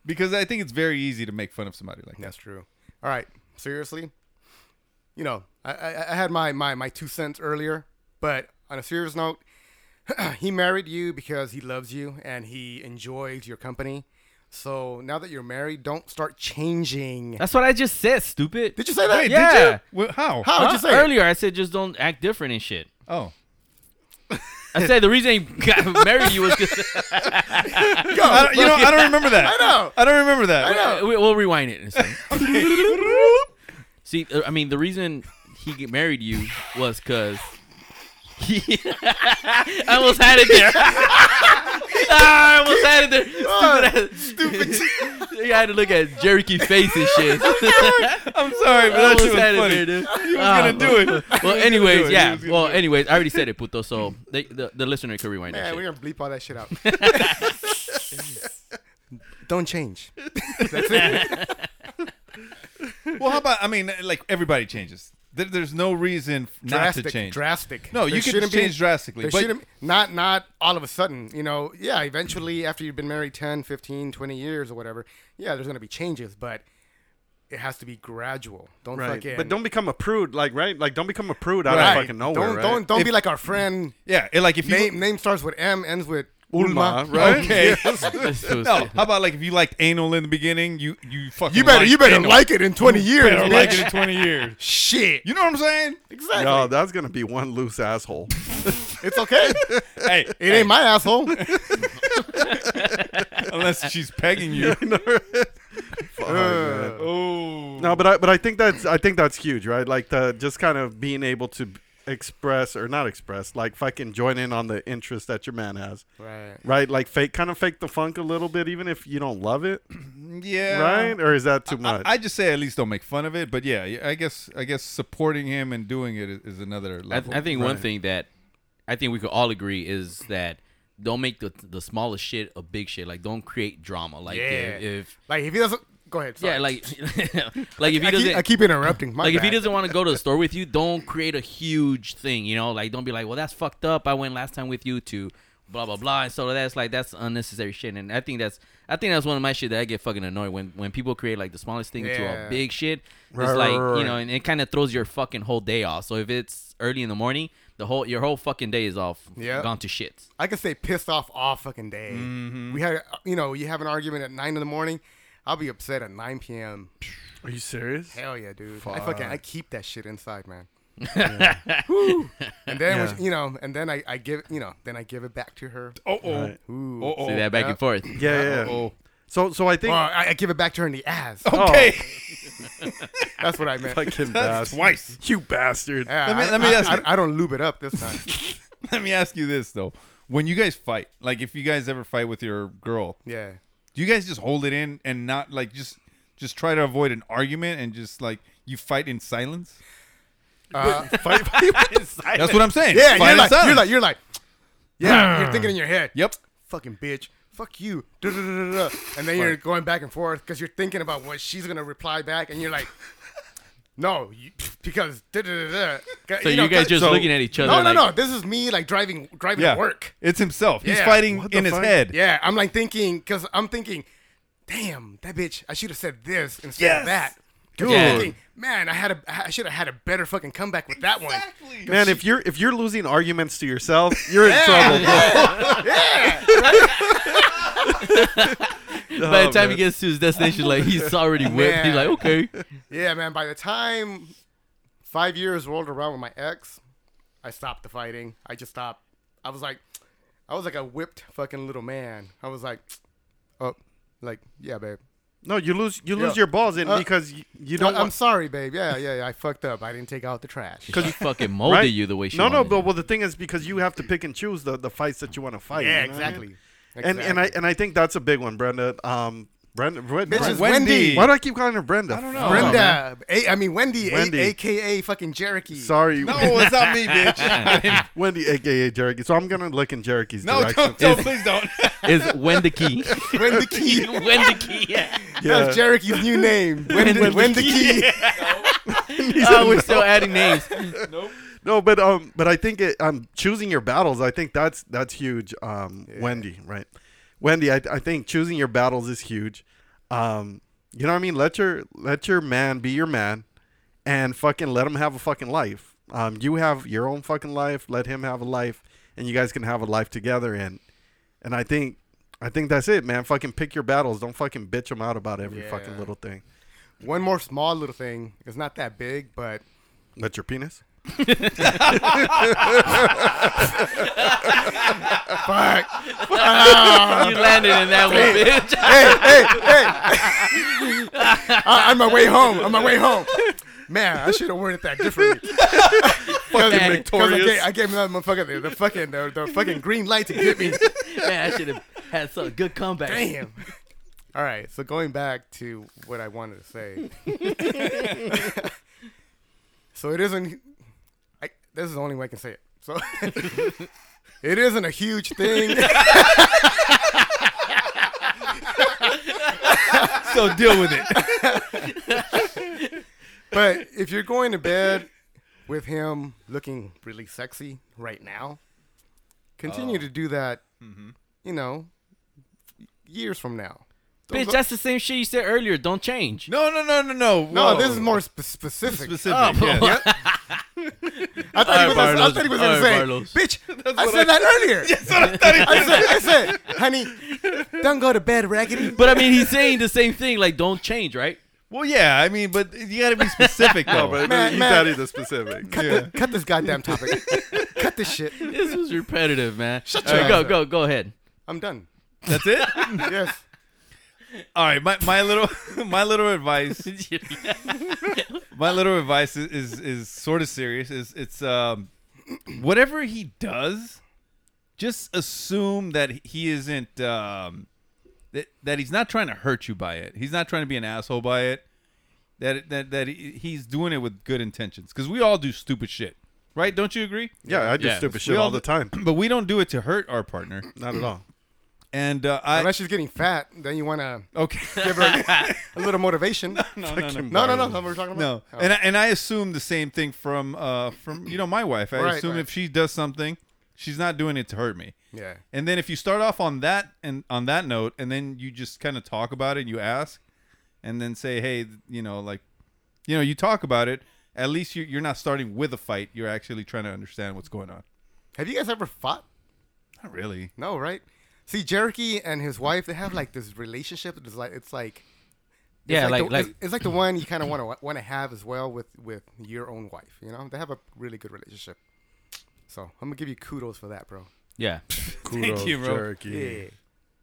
Speaker 8: Because I think it's very easy to make fun of somebody like that.
Speaker 7: That's true. All right, seriously, you know, I, I, I had my, my, my two cents earlier, but on a serious note, he married you because he loves you and he enjoys your company. So now that you're married, don't start changing.
Speaker 5: that's what I just said. Stupid.
Speaker 7: Did you say that?
Speaker 8: Wait,
Speaker 5: Yeah.
Speaker 8: did you? Wh- How?
Speaker 7: How did
Speaker 5: Huh?
Speaker 7: you say it?
Speaker 5: earlier? I said just don't act different and shit.
Speaker 8: Oh.
Speaker 5: I said the reason he got married you was because
Speaker 8: I don't- you know, I don't remember that. I
Speaker 7: know.
Speaker 8: I don't remember that.
Speaker 5: we, we'll rewind it. in a second. See, uh, I mean, the reason he get- married you was because he. I almost had it there. Ah, I almost had it
Speaker 8: Ah,
Speaker 5: there. Stupid. ass- Stupid. you had to look at jerky face and shit.
Speaker 8: I'm sorry,
Speaker 5: I
Speaker 8: but that
Speaker 5: almost
Speaker 8: shit was
Speaker 5: had it
Speaker 8: funny.
Speaker 5: there, dude. Ah.
Speaker 8: He was gonna do it.
Speaker 5: Well,
Speaker 8: do
Speaker 5: anyways,
Speaker 8: it. He
Speaker 5: yeah.
Speaker 8: was gonna
Speaker 5: Well,
Speaker 8: do
Speaker 5: anyways, I already said it, puto. So they, the the listener could rewind that
Speaker 7: Man,
Speaker 5: shit.
Speaker 7: we're gonna bleep all that shit out. Don't change. That's it.
Speaker 8: Well, how about? I mean, like everybody changes. There, there's no reason f- not
Speaker 7: drastic,
Speaker 8: to change.
Speaker 7: drastic.
Speaker 8: No, you
Speaker 7: There
Speaker 8: can
Speaker 7: shouldn't be-
Speaker 8: change drastically,
Speaker 7: There
Speaker 8: but-
Speaker 7: shouldn't not not all of a sudden, you know. Yeah, eventually after you've been married 10, 15, 20 years or whatever, yeah, there's going to be changes, but it has to be gradual. Don't
Speaker 6: Right.
Speaker 7: fucking
Speaker 6: But don't become a prude, like right? Like don't become a prude out
Speaker 8: Right.
Speaker 6: of fucking nowhere.
Speaker 7: don't
Speaker 6: right?
Speaker 7: don't, don't be like our friend
Speaker 8: yeah, and like if you
Speaker 7: name name starts with M, ends with
Speaker 6: Ulma,
Speaker 7: Ulma.
Speaker 6: right?
Speaker 8: okay.
Speaker 5: This was-
Speaker 8: No, how about like if you liked anal in the beginning, you you fucking
Speaker 7: You better
Speaker 8: liked
Speaker 7: you better
Speaker 8: anal.
Speaker 7: like it in 20 years.
Speaker 8: better
Speaker 7: bitch.
Speaker 8: like it in twenty years.
Speaker 7: Shit.
Speaker 8: You know what I'm saying?
Speaker 7: Exactly.
Speaker 6: Yo, that's gonna be one loose asshole.
Speaker 7: It's okay.
Speaker 8: Hey,
Speaker 7: It ain't my asshole.
Speaker 8: unless she's pegging you. oh,
Speaker 6: No, but I but I think that's I think that's huge, right? Like the just kind of being able to express or not express, like fucking join in on the interest that your man has,
Speaker 7: Right.
Speaker 6: right? Like fake, kind of fake the funk a little bit, even if you don't love it,
Speaker 8: yeah,
Speaker 6: right? Or is that too
Speaker 8: I,
Speaker 6: much?
Speaker 8: I just say at least don't make fun of it, but yeah, I guess I guess supporting him and doing it is, is another
Speaker 5: I,
Speaker 8: level.
Speaker 5: th- I think one thing that I think we could all agree is that don't make the the smallest shit a big shit. Like don't create drama. Like
Speaker 7: Yeah.
Speaker 5: if, if
Speaker 7: Like if he doesn't go ahead. Sorry.
Speaker 5: yeah, like like if he
Speaker 7: I keep, I
Speaker 5: doesn't
Speaker 7: keep interrupting. My
Speaker 5: like if he
Speaker 7: bad.
Speaker 5: doesn't want to go to the store with you, don't create a huge thing. You know, like don't be like, well, that's fucked up. I went last time with you to blah blah blah, and so that's like that's unnecessary shit. And I think that's I think that's one of my shit that I get fucking annoyed when when people create like the smallest thing into
Speaker 7: Yeah.
Speaker 5: a big shit. It's
Speaker 6: Right,
Speaker 5: like
Speaker 6: right,
Speaker 5: you
Speaker 6: right.
Speaker 5: know, and it kind of throws your fucking whole day off. So if it's early in the morning, the whole your whole fucking day is off.
Speaker 7: Yeah.
Speaker 5: gone to shit.
Speaker 7: I could stay pissed off all fucking day.
Speaker 8: Mm-hmm.
Speaker 7: We had, you know, you have an argument at nine in the morning. I'll be upset at 9 p.m.
Speaker 6: Are you serious?
Speaker 7: Hell yeah, dude. I fucking I keep that shit inside, man. Woo. And then
Speaker 6: Yeah.
Speaker 7: you know, and then I, I give you know, then I give it back to her.
Speaker 8: Oh oh.
Speaker 6: Right.
Speaker 7: Ooh.
Speaker 8: Oh oh.
Speaker 5: See that back
Speaker 7: yeah. Oh.
Speaker 5: and forth.
Speaker 6: Yeah, yeah. yeah.
Speaker 8: Oh.
Speaker 6: So, so I
Speaker 7: Well,
Speaker 6: think
Speaker 7: I, I give it back to her in the ass.
Speaker 8: Okay.
Speaker 7: That's what I meant.
Speaker 6: fucking
Speaker 8: That's
Speaker 6: bastard.
Speaker 8: twice.
Speaker 6: You bastard.
Speaker 7: Yeah,
Speaker 8: Let me-
Speaker 7: I,
Speaker 8: let me
Speaker 7: I-
Speaker 8: ask
Speaker 7: I-
Speaker 8: you-
Speaker 7: I don't lube it up this time.
Speaker 8: Let me ask you this though: When you guys fight, like if you guys ever fight with your girl,
Speaker 7: yeah.
Speaker 8: do you guys just hold it in and not like just just try to avoid an argument and just like you fight in silence?
Speaker 6: Fight- fight inside.
Speaker 8: That's what I'm saying.
Speaker 7: Uh, Yeah,
Speaker 8: fight
Speaker 7: you're
Speaker 8: in
Speaker 7: like,
Speaker 8: silence.
Speaker 7: you're like, you're like, yeah, you're thinking in your head.
Speaker 8: yep.
Speaker 7: Fucking bitch. Fuck you. Da, da, da, da, da. And then you're going back and forth because you're thinking about what she's gonna reply back, and you're like, no, you, because da, da, da, da.
Speaker 5: So you, guys just looking at each other.
Speaker 7: No, no,
Speaker 5: like,
Speaker 7: no. This is me like driving, driving
Speaker 8: Yeah.
Speaker 7: to work.
Speaker 8: It's himself. He's
Speaker 7: Yeah.
Speaker 8: fighting
Speaker 6: What the
Speaker 8: in his
Speaker 6: fuck?
Speaker 8: head.
Speaker 7: Yeah, I'm like thinking because I'm thinking, damn, that bitch. I should have said this instead
Speaker 8: Yes.
Speaker 7: of that. 'Cause you're
Speaker 5: Dude.
Speaker 7: thinking, man, I had a, I should have had a better fucking comeback with that one.
Speaker 6: Man, if you're if you're losing arguments to yourself, you're in trouble. bro.
Speaker 5: By the
Speaker 6: Oh,
Speaker 5: time he
Speaker 6: man.
Speaker 5: gets to his destination, like he's already whipped. He's
Speaker 7: Man.
Speaker 5: like, okay,
Speaker 7: Yeah, man. By the time five years rolled around with my ex, I stopped the fighting. I just stopped. I was like, I was like a whipped fucking little man. I was like, oh, like yeah, babe.
Speaker 6: no, you lose you lose
Speaker 7: Yeah.
Speaker 6: your balls in
Speaker 7: Uh,
Speaker 6: because you, you
Speaker 7: No,
Speaker 6: don't.
Speaker 7: I'm
Speaker 6: want,
Speaker 7: sorry, babe. Yeah, yeah, yeah. I fucked up. I didn't take out the trash.
Speaker 5: because she fucking molded
Speaker 6: right?
Speaker 5: you the way she.
Speaker 6: No, no,
Speaker 5: wanted
Speaker 6: but
Speaker 5: you.
Speaker 6: well, the thing is because you have to pick and choose the, the fights that you want to fight.
Speaker 7: Yeah,
Speaker 6: you know what I mean?
Speaker 7: exactly.
Speaker 6: And and I
Speaker 7: Exactly.
Speaker 6: and I think that's a big one, Brenda. Um, Brenda. Brenda
Speaker 7: Bitch is
Speaker 8: Wendy.
Speaker 7: Wendy.
Speaker 6: Why do I keep calling her Brenda? I
Speaker 8: don't know.
Speaker 7: Brenda, a, I mean Wendy, a-
Speaker 6: Wendy.
Speaker 7: aka fucking Cherokee.
Speaker 6: Sorry,
Speaker 8: No, it's not me, bitch.
Speaker 6: Wendy, aka Jericho. So I'm gonna look in Jericho's
Speaker 8: no,
Speaker 6: direction.
Speaker 8: don't, don't, please don't.
Speaker 5: is Wendicky.
Speaker 7: Wendy Key.
Speaker 5: Wendicky. Yeah.
Speaker 7: That's Cherokee's new name. Wendy, Wendy, Key. Um,
Speaker 5: Oh, we're still adding names.
Speaker 6: No, but um, but I think it, um, choosing your battles. I think that's that's huge. Um, Wendy, right? Wendy, I, I think choosing your battles is huge. Um, you know what I mean? Let your let your man be your man, and fucking let him have a fucking life. Um, you have your own fucking life. Let him have a life, and you guys can have a life together. And and I think I think that's it, man. Fucking pick your battles. Don't fucking bitch him out about every fucking
Speaker 7: Yeah.
Speaker 6: little thing.
Speaker 7: One more small little thing. It's not that big, but
Speaker 6: Let your penis.
Speaker 7: fuck.
Speaker 5: You landed in that one, bitch.
Speaker 7: hey, hey, hey. I, on my way home. On my way home. Man, I should have worded that differently. fucking I
Speaker 6: victorious.
Speaker 7: gave, I gave that motherfucker the, the fucking the, the fucking green light to get me.
Speaker 5: Man, I should have had some good comeback.
Speaker 7: Damn. All right, so going back to what I wanted to say. so it isn't. I, this is the only way I can say it. So it isn't a huge thing.
Speaker 8: so deal with it.
Speaker 7: but if you're going to bed with him looking really sexy right now, continue to do that. You know, years from now. Don't
Speaker 5: Bitch,
Speaker 7: go-
Speaker 5: that's the same shit you said earlier. Don't change.
Speaker 8: No, no, no, no, no.
Speaker 7: no,
Speaker 8: Whoa.
Speaker 7: this is more spe- specific.
Speaker 8: Oh.
Speaker 7: Uh,
Speaker 8: specific.
Speaker 5: Oh,
Speaker 8: yes.
Speaker 7: I thought, he
Speaker 5: Alright,
Speaker 7: was gonna, I
Speaker 5: Barlos.
Speaker 7: thought he was gonna
Speaker 5: Alright,
Speaker 7: say,
Speaker 5: Barlos.
Speaker 7: "Bitch, I said that earlier."
Speaker 8: That's what I thought he
Speaker 7: I said, I said, honey, don't go to bed raggedy.
Speaker 5: But I mean, he's saying the same thing. Like, don't change, right?
Speaker 8: Well, yeah, I mean, but you got to be specific, though.
Speaker 6: But
Speaker 7: Man,
Speaker 6: you
Speaker 7: man.
Speaker 6: got it the specific.
Speaker 7: cut, the- cut this goddamn topic. cut this shit.
Speaker 5: This was repetitive, man. Shut
Speaker 7: your
Speaker 5: Go,
Speaker 7: ass
Speaker 5: go, go ahead.
Speaker 7: I'm done.
Speaker 8: That's it.
Speaker 7: Yes.
Speaker 8: All right, my, my little my little advice my little advice is is, is sort of serious. Is it's um whatever he does, just assume that he isn't um that that he's not trying to hurt you by it. He's not trying to be an asshole by it. That that that he, he's doing it with good intentions because we all do stupid shit, right? Don't you agree?
Speaker 6: Yeah, I do
Speaker 5: Yeah.
Speaker 6: stupid
Speaker 8: We
Speaker 6: shit all the time.
Speaker 8: but we don't do it to hurt our partner.
Speaker 6: Not at all.
Speaker 8: And uh, I
Speaker 7: Unless she's getting fat, then you want to
Speaker 8: okay.
Speaker 7: give her a little motivation. No, no, no. No, no, What we're talking
Speaker 8: No,
Speaker 7: about? Oh.
Speaker 8: and I, and I assume the same thing from uh from you know my wife. I
Speaker 7: Right,
Speaker 8: assume
Speaker 7: right.
Speaker 8: if she does something, she's not doing it to hurt me.
Speaker 7: Yeah.
Speaker 8: And then if you start off on that and on that note, and then you just kind of talk about it, you ask, and then say, hey, th- you know, like, you know, you talk about it. At least you- you're not starting with a fight. You're actually trying to understand what's going on.
Speaker 7: Have you guys ever fought?
Speaker 8: Not really.
Speaker 7: No, right? See, Jericho and his wife, they have like this relationship. It's like it's like it's
Speaker 5: Yeah, like
Speaker 7: the,
Speaker 5: like
Speaker 7: it's, it's like the one you kind of want to want to have as well with with your own wife. You know, they have a really good relationship. So I'm gonna give you kudos for that, bro.
Speaker 5: yeah.
Speaker 6: Kudos,
Speaker 8: you, bro.
Speaker 6: Cherokee.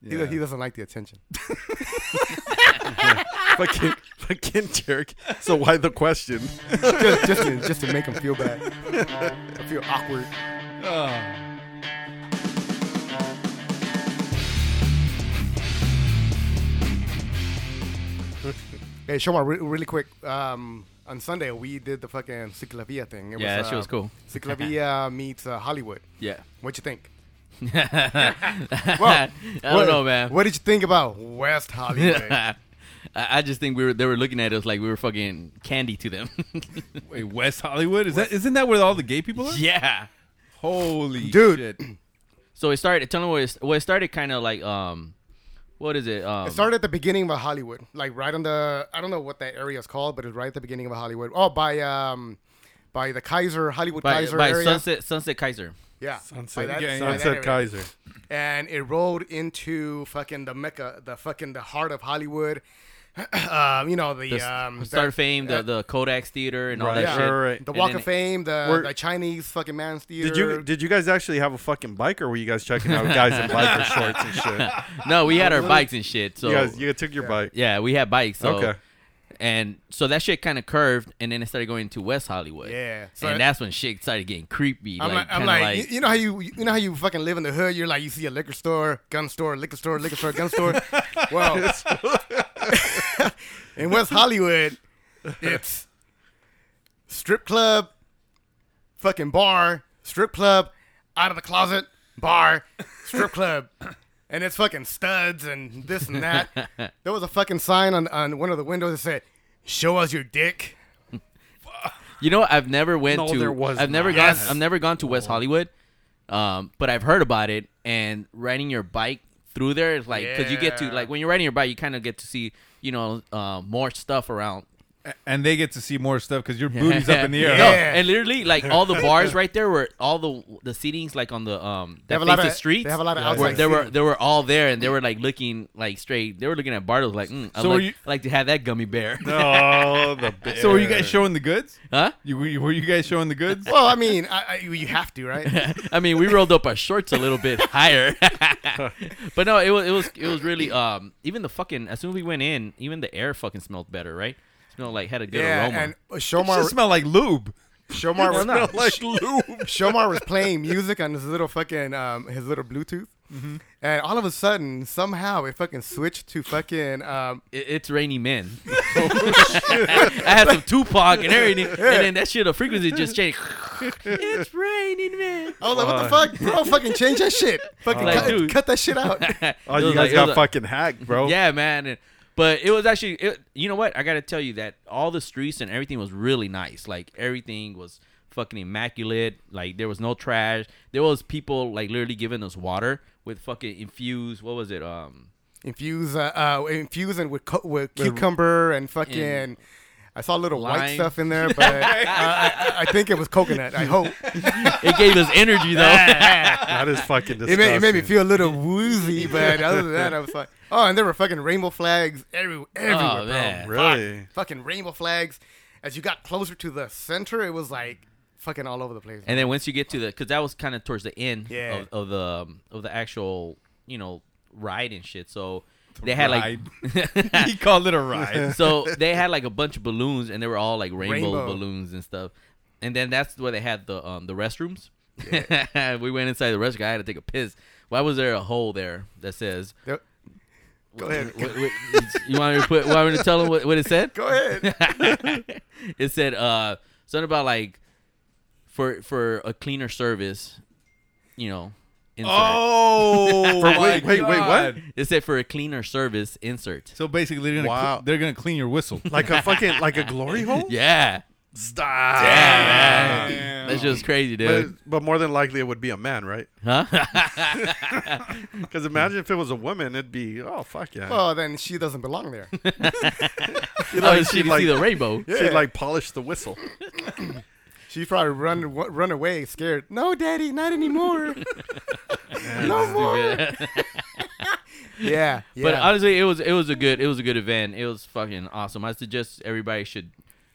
Speaker 7: He, he doesn't like the attention.
Speaker 6: fucking fucking jerk. So why the question?
Speaker 7: just, just, to, just to make him feel bad. I feel awkward. Hey, Shomar, re- really quick. Um, on Sunday, we did the fucking Ciclavia thing. It
Speaker 5: Yeah, that shit was cool.
Speaker 7: Ciclavia meets uh, Hollywood.
Speaker 5: Yeah.
Speaker 7: What'd you think?
Speaker 5: I don't
Speaker 7: what-
Speaker 5: know, man.
Speaker 7: What did you think about West Hollywood?
Speaker 5: I, I just think we were they were looking at us like we were fucking candy to them.
Speaker 8: Wait, West Hollywood is that? Isn't that where all the gay people are?
Speaker 5: yeah.
Speaker 8: Holy
Speaker 7: Dude.
Speaker 8: shit!
Speaker 5: So it started. Tell them what it, well, it started. Kind of like um, what is it? Um,
Speaker 7: It started at the beginning of Hollywood, like right on the I don't know what that area is called, but it's right at the beginning of Hollywood. Oh, by um, by the Kaiser Hollywood
Speaker 5: by,
Speaker 7: Kaiser
Speaker 5: by
Speaker 7: area.
Speaker 5: Sunset Sunset Kaiser.
Speaker 7: Yeah, by
Speaker 6: Sunset,
Speaker 7: that- by that
Speaker 6: Sunset
Speaker 7: area.
Speaker 6: Kaiser.
Speaker 7: And it rolled into fucking the mecca, the fucking the heart of Hollywood. um, you know the,
Speaker 5: The
Speaker 7: um,
Speaker 5: s- Star
Speaker 7: that-
Speaker 5: Fame, the, the Kodak Theater, and all that
Speaker 6: Right,
Speaker 5: shit.
Speaker 6: right, right.
Speaker 7: the
Speaker 5: And
Speaker 7: Walk
Speaker 5: then
Speaker 7: of
Speaker 5: it-
Speaker 7: Fame, the,
Speaker 6: We're-
Speaker 7: the Chinese fucking man's theater.
Speaker 6: Did you did you guys actually have a fucking bike, or were you guys checking out guys in biker shorts and shit?
Speaker 5: No, we had our bikes and shit. So
Speaker 6: You guys, you took your bike.
Speaker 5: yeah, we had bikes. So,
Speaker 6: Okay.
Speaker 5: And so that shit kind of curved, and then it started going to West Hollywood.
Speaker 7: Yeah. So
Speaker 5: and
Speaker 7: it-
Speaker 5: that's when shit started getting creepy.
Speaker 7: I'm like,
Speaker 5: kinda
Speaker 7: I'm like, you, you know how you you know how you fucking live in the hood. You're like, you see a liquor store, gun store, liquor store, liquor store, gun store. well, in West Hollywood, it's strip club, fucking bar, strip club, out of the closet, bar, strip club. And it's fucking studs and this and that. There was a fucking sign on, on one of the windows that said, "Show us your dick."
Speaker 5: You know, I've never went
Speaker 6: No,
Speaker 5: to.
Speaker 6: there was
Speaker 5: I've never
Speaker 6: not.
Speaker 5: gone.
Speaker 7: Yes.
Speaker 5: I've never gone to West Hollywood, um, but I've heard about it. And riding your bike through there is like because you get to
Speaker 7: Yeah.
Speaker 5: like when you're riding your bike, you kind of get to see you know uh, more stuff around.
Speaker 8: And they get to see more stuff because your booty's up in the air.
Speaker 5: No,
Speaker 7: Yeah.
Speaker 5: and literally like all the bars right there were all the the seatings like on the um
Speaker 7: They
Speaker 5: that
Speaker 7: have a
Speaker 5: face
Speaker 7: lot
Speaker 5: the
Speaker 7: of-
Speaker 5: streets.
Speaker 7: they have a lot of
Speaker 5: were-
Speaker 7: outside
Speaker 5: They were
Speaker 7: seating.
Speaker 5: they were all there and they were like looking like straight. They were looking at Bartos like, mm, I
Speaker 8: So were
Speaker 5: like,
Speaker 8: you-
Speaker 5: I like to have that gummy bear,
Speaker 6: Oh, the
Speaker 8: So were you guys showing the goods?
Speaker 5: huh?
Speaker 8: You were you, were you guys showing the goods?
Speaker 7: Well, I mean, I, I, you have to, right?
Speaker 5: I mean, we rolled up our shorts a little bit higher, but no, it was it was it was really um even the fucking as soon as we went in, even the air fucking smelled better, right? Smelled like had a good
Speaker 7: yeah,
Speaker 5: aroma.
Speaker 7: and uh,
Speaker 8: It
Speaker 7: Shomar,
Speaker 8: just smell like lube.
Speaker 7: Shomar, was,
Speaker 8: like lube.
Speaker 7: Shomar was playing music on his little fucking um, his little Bluetooth, and all of a sudden, somehow, it fucking switched to fucking um,
Speaker 5: It- it's rainy men.
Speaker 7: Oh,
Speaker 5: I had some Tupac and everything, and then that shit, the frequency just changed. it's raining men.
Speaker 7: I was like, what the fuck, bro? Fucking change that shit. Fucking
Speaker 5: Like,
Speaker 7: cut,
Speaker 5: dude.
Speaker 7: cut that shit out.
Speaker 6: Oh,
Speaker 5: It
Speaker 6: you guys
Speaker 5: was like- it
Speaker 6: got
Speaker 5: was like-
Speaker 6: fucking hacked, bro.
Speaker 5: Yeah, man. And, but it was actually, it, you know what? I gotta tell you that all the streets and everything was really nice. Like everything was fucking immaculate. Like there was no trash. There was people like literally giving us water with fucking infused. What was it? Um,
Speaker 7: infuse, uh, uh, infusing with co- with cucumber and fucking.
Speaker 5: And-
Speaker 7: I saw a little white
Speaker 5: Lime.
Speaker 7: stuff in there, but uh, I, I, I think it was coconut. I hope
Speaker 5: it gave us energy though.
Speaker 6: That is fucking disgusting.
Speaker 7: it made, it made me feel a little woozy, but other than that, I was like, oh, and there were fucking rainbow flags every, everywhere,
Speaker 5: oh
Speaker 7: bro.
Speaker 5: man.
Speaker 6: really.
Speaker 7: fucking rainbow flags. As you got closer to the center, it was like fucking all over the place.
Speaker 5: And then once you get to the, because that was kind of towards the end
Speaker 7: Yeah.
Speaker 5: of, of the um, of the actual, you know, ride and shit. So they had like,
Speaker 8: he called it a ride.
Speaker 5: so they had like a bunch of balloons, and they were all like rainbow,
Speaker 7: Rainbow.
Speaker 5: balloons and stuff. And then that's where they had the um the restrooms. we went inside the restroom. I had to take a piss. Why was there a hole there that says?
Speaker 7: Yep. Go ahead.
Speaker 5: What, what, you want me to put? Want me to tell them what, what it said?
Speaker 7: Go ahead.
Speaker 5: it said uh something about like for for a cleaner service, you know. Insert.
Speaker 8: Oh,
Speaker 6: For-
Speaker 8: my
Speaker 6: wait, wait, wait, what?
Speaker 8: God.
Speaker 5: It said for a cleaner service insert.
Speaker 8: So basically, they're gonna
Speaker 6: Wow.
Speaker 8: cle- they're gonna clean your whistle.
Speaker 6: Like a fucking like a glory hole.
Speaker 5: Yeah.
Speaker 6: Stop. Oh.
Speaker 5: That's just crazy,
Speaker 6: But,
Speaker 5: dude.
Speaker 6: but more than likely, it would be a man, right?
Speaker 5: Huh?
Speaker 6: Because imagine if it was a woman, it'd be oh fuck yeah.
Speaker 7: Well, then she doesn't belong there.
Speaker 5: You she can
Speaker 6: like-
Speaker 5: see the rainbow.
Speaker 6: She'd like polish the whistle.
Speaker 7: She probably run w- run away scared. No, daddy, not anymore. no more. Yeah, yeah.
Speaker 5: But honestly, it was it was a good it was a good event. It was fucking awesome. I suggest everybody should.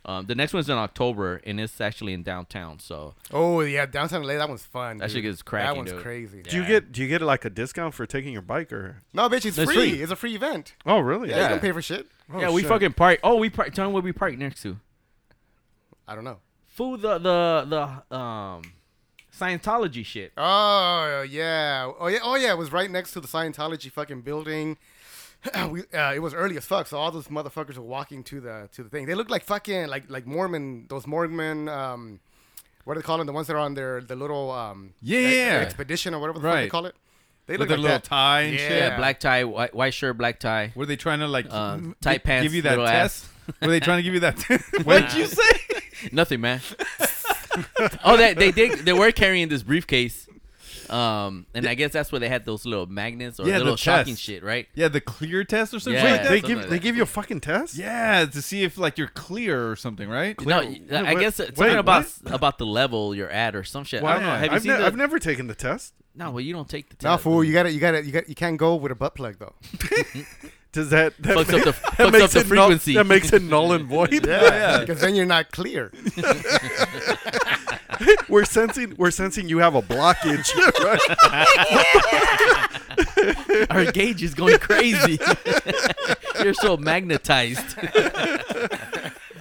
Speaker 5: Um, the next one's in October, and it's actually in downtown. So
Speaker 7: oh yeah, downtown LA, that one's fun.
Speaker 5: That
Speaker 7: dude.
Speaker 5: shit gets cracking,
Speaker 7: That one's
Speaker 5: dude.
Speaker 7: crazy.
Speaker 6: Do you get do you get like a discount for taking your bike or?
Speaker 7: No, bitch, it's
Speaker 5: That's
Speaker 7: free.
Speaker 5: free.
Speaker 7: It's a free event.
Speaker 6: Oh really?
Speaker 7: Yeah, you don't pay for shit.
Speaker 5: yeah, we fucking park. Oh, we park. Tell me where we park next to.
Speaker 7: I don't know.
Speaker 5: Food the the the um Scientology shit.
Speaker 7: Oh yeah, oh yeah, oh yeah. It was right next to the Scientology fucking building. we, uh, it was early as fuck, so all those motherfuckers were walking to the to the thing. They looked like fucking like like Mormon, those Mormon. Um, what do they call them? The ones that are on their the little um
Speaker 8: Yeah,
Speaker 7: ex-
Speaker 8: yeah.
Speaker 7: expedition or whatever the fuck they
Speaker 8: Right.
Speaker 7: call it. They
Speaker 8: With
Speaker 7: look
Speaker 8: their
Speaker 7: like
Speaker 8: little
Speaker 7: that.
Speaker 8: tie and shit.
Speaker 5: Yeah,
Speaker 7: Yeah.
Speaker 5: black tie, white, white shirt, black tie.
Speaker 8: Were they trying to like
Speaker 5: Uh,
Speaker 8: m-
Speaker 5: tight
Speaker 8: gi-
Speaker 5: pants,
Speaker 8: Give you that
Speaker 5: little
Speaker 8: test?
Speaker 5: ass.
Speaker 8: Were they trying to give you that? T- What'd you say?
Speaker 5: Nothing, man. oh, they they did. They were carrying this briefcase, um, and I guess that's where they had those little magnets or
Speaker 8: Yeah, the
Speaker 5: little shocking
Speaker 8: test.
Speaker 5: shit, right?
Speaker 8: Yeah, the clear test or something
Speaker 5: Yeah.
Speaker 8: like that.
Speaker 6: They
Speaker 5: something
Speaker 6: give
Speaker 5: like
Speaker 6: they
Speaker 5: that.
Speaker 6: give you a fucking test.
Speaker 8: yeah, to see if like you're clear or something, right?
Speaker 5: No, y- I
Speaker 6: wait,
Speaker 5: guess uh,
Speaker 6: wait,
Speaker 5: something about about the level you're at or some shit. I don't know.
Speaker 8: Wow.
Speaker 5: Have you
Speaker 6: I've,
Speaker 5: seen
Speaker 6: ne-
Speaker 5: the?
Speaker 6: I've never taken the test.
Speaker 5: no, well, you don't take the test.
Speaker 7: Nah, fool, you gotta, you gotta, you got, you can't go with a butt plug though.
Speaker 6: Does that, that
Speaker 5: Fucks up the-
Speaker 6: that
Speaker 5: fucks up
Speaker 6: makes
Speaker 5: the
Speaker 6: it null-
Speaker 5: frequency.
Speaker 6: that makes it null and void.
Speaker 8: Yeah,
Speaker 7: Because then you're not clear.
Speaker 6: we're sensing we're sensing you have a blockage. right?
Speaker 5: Our gauge is going crazy. you're so magnetized.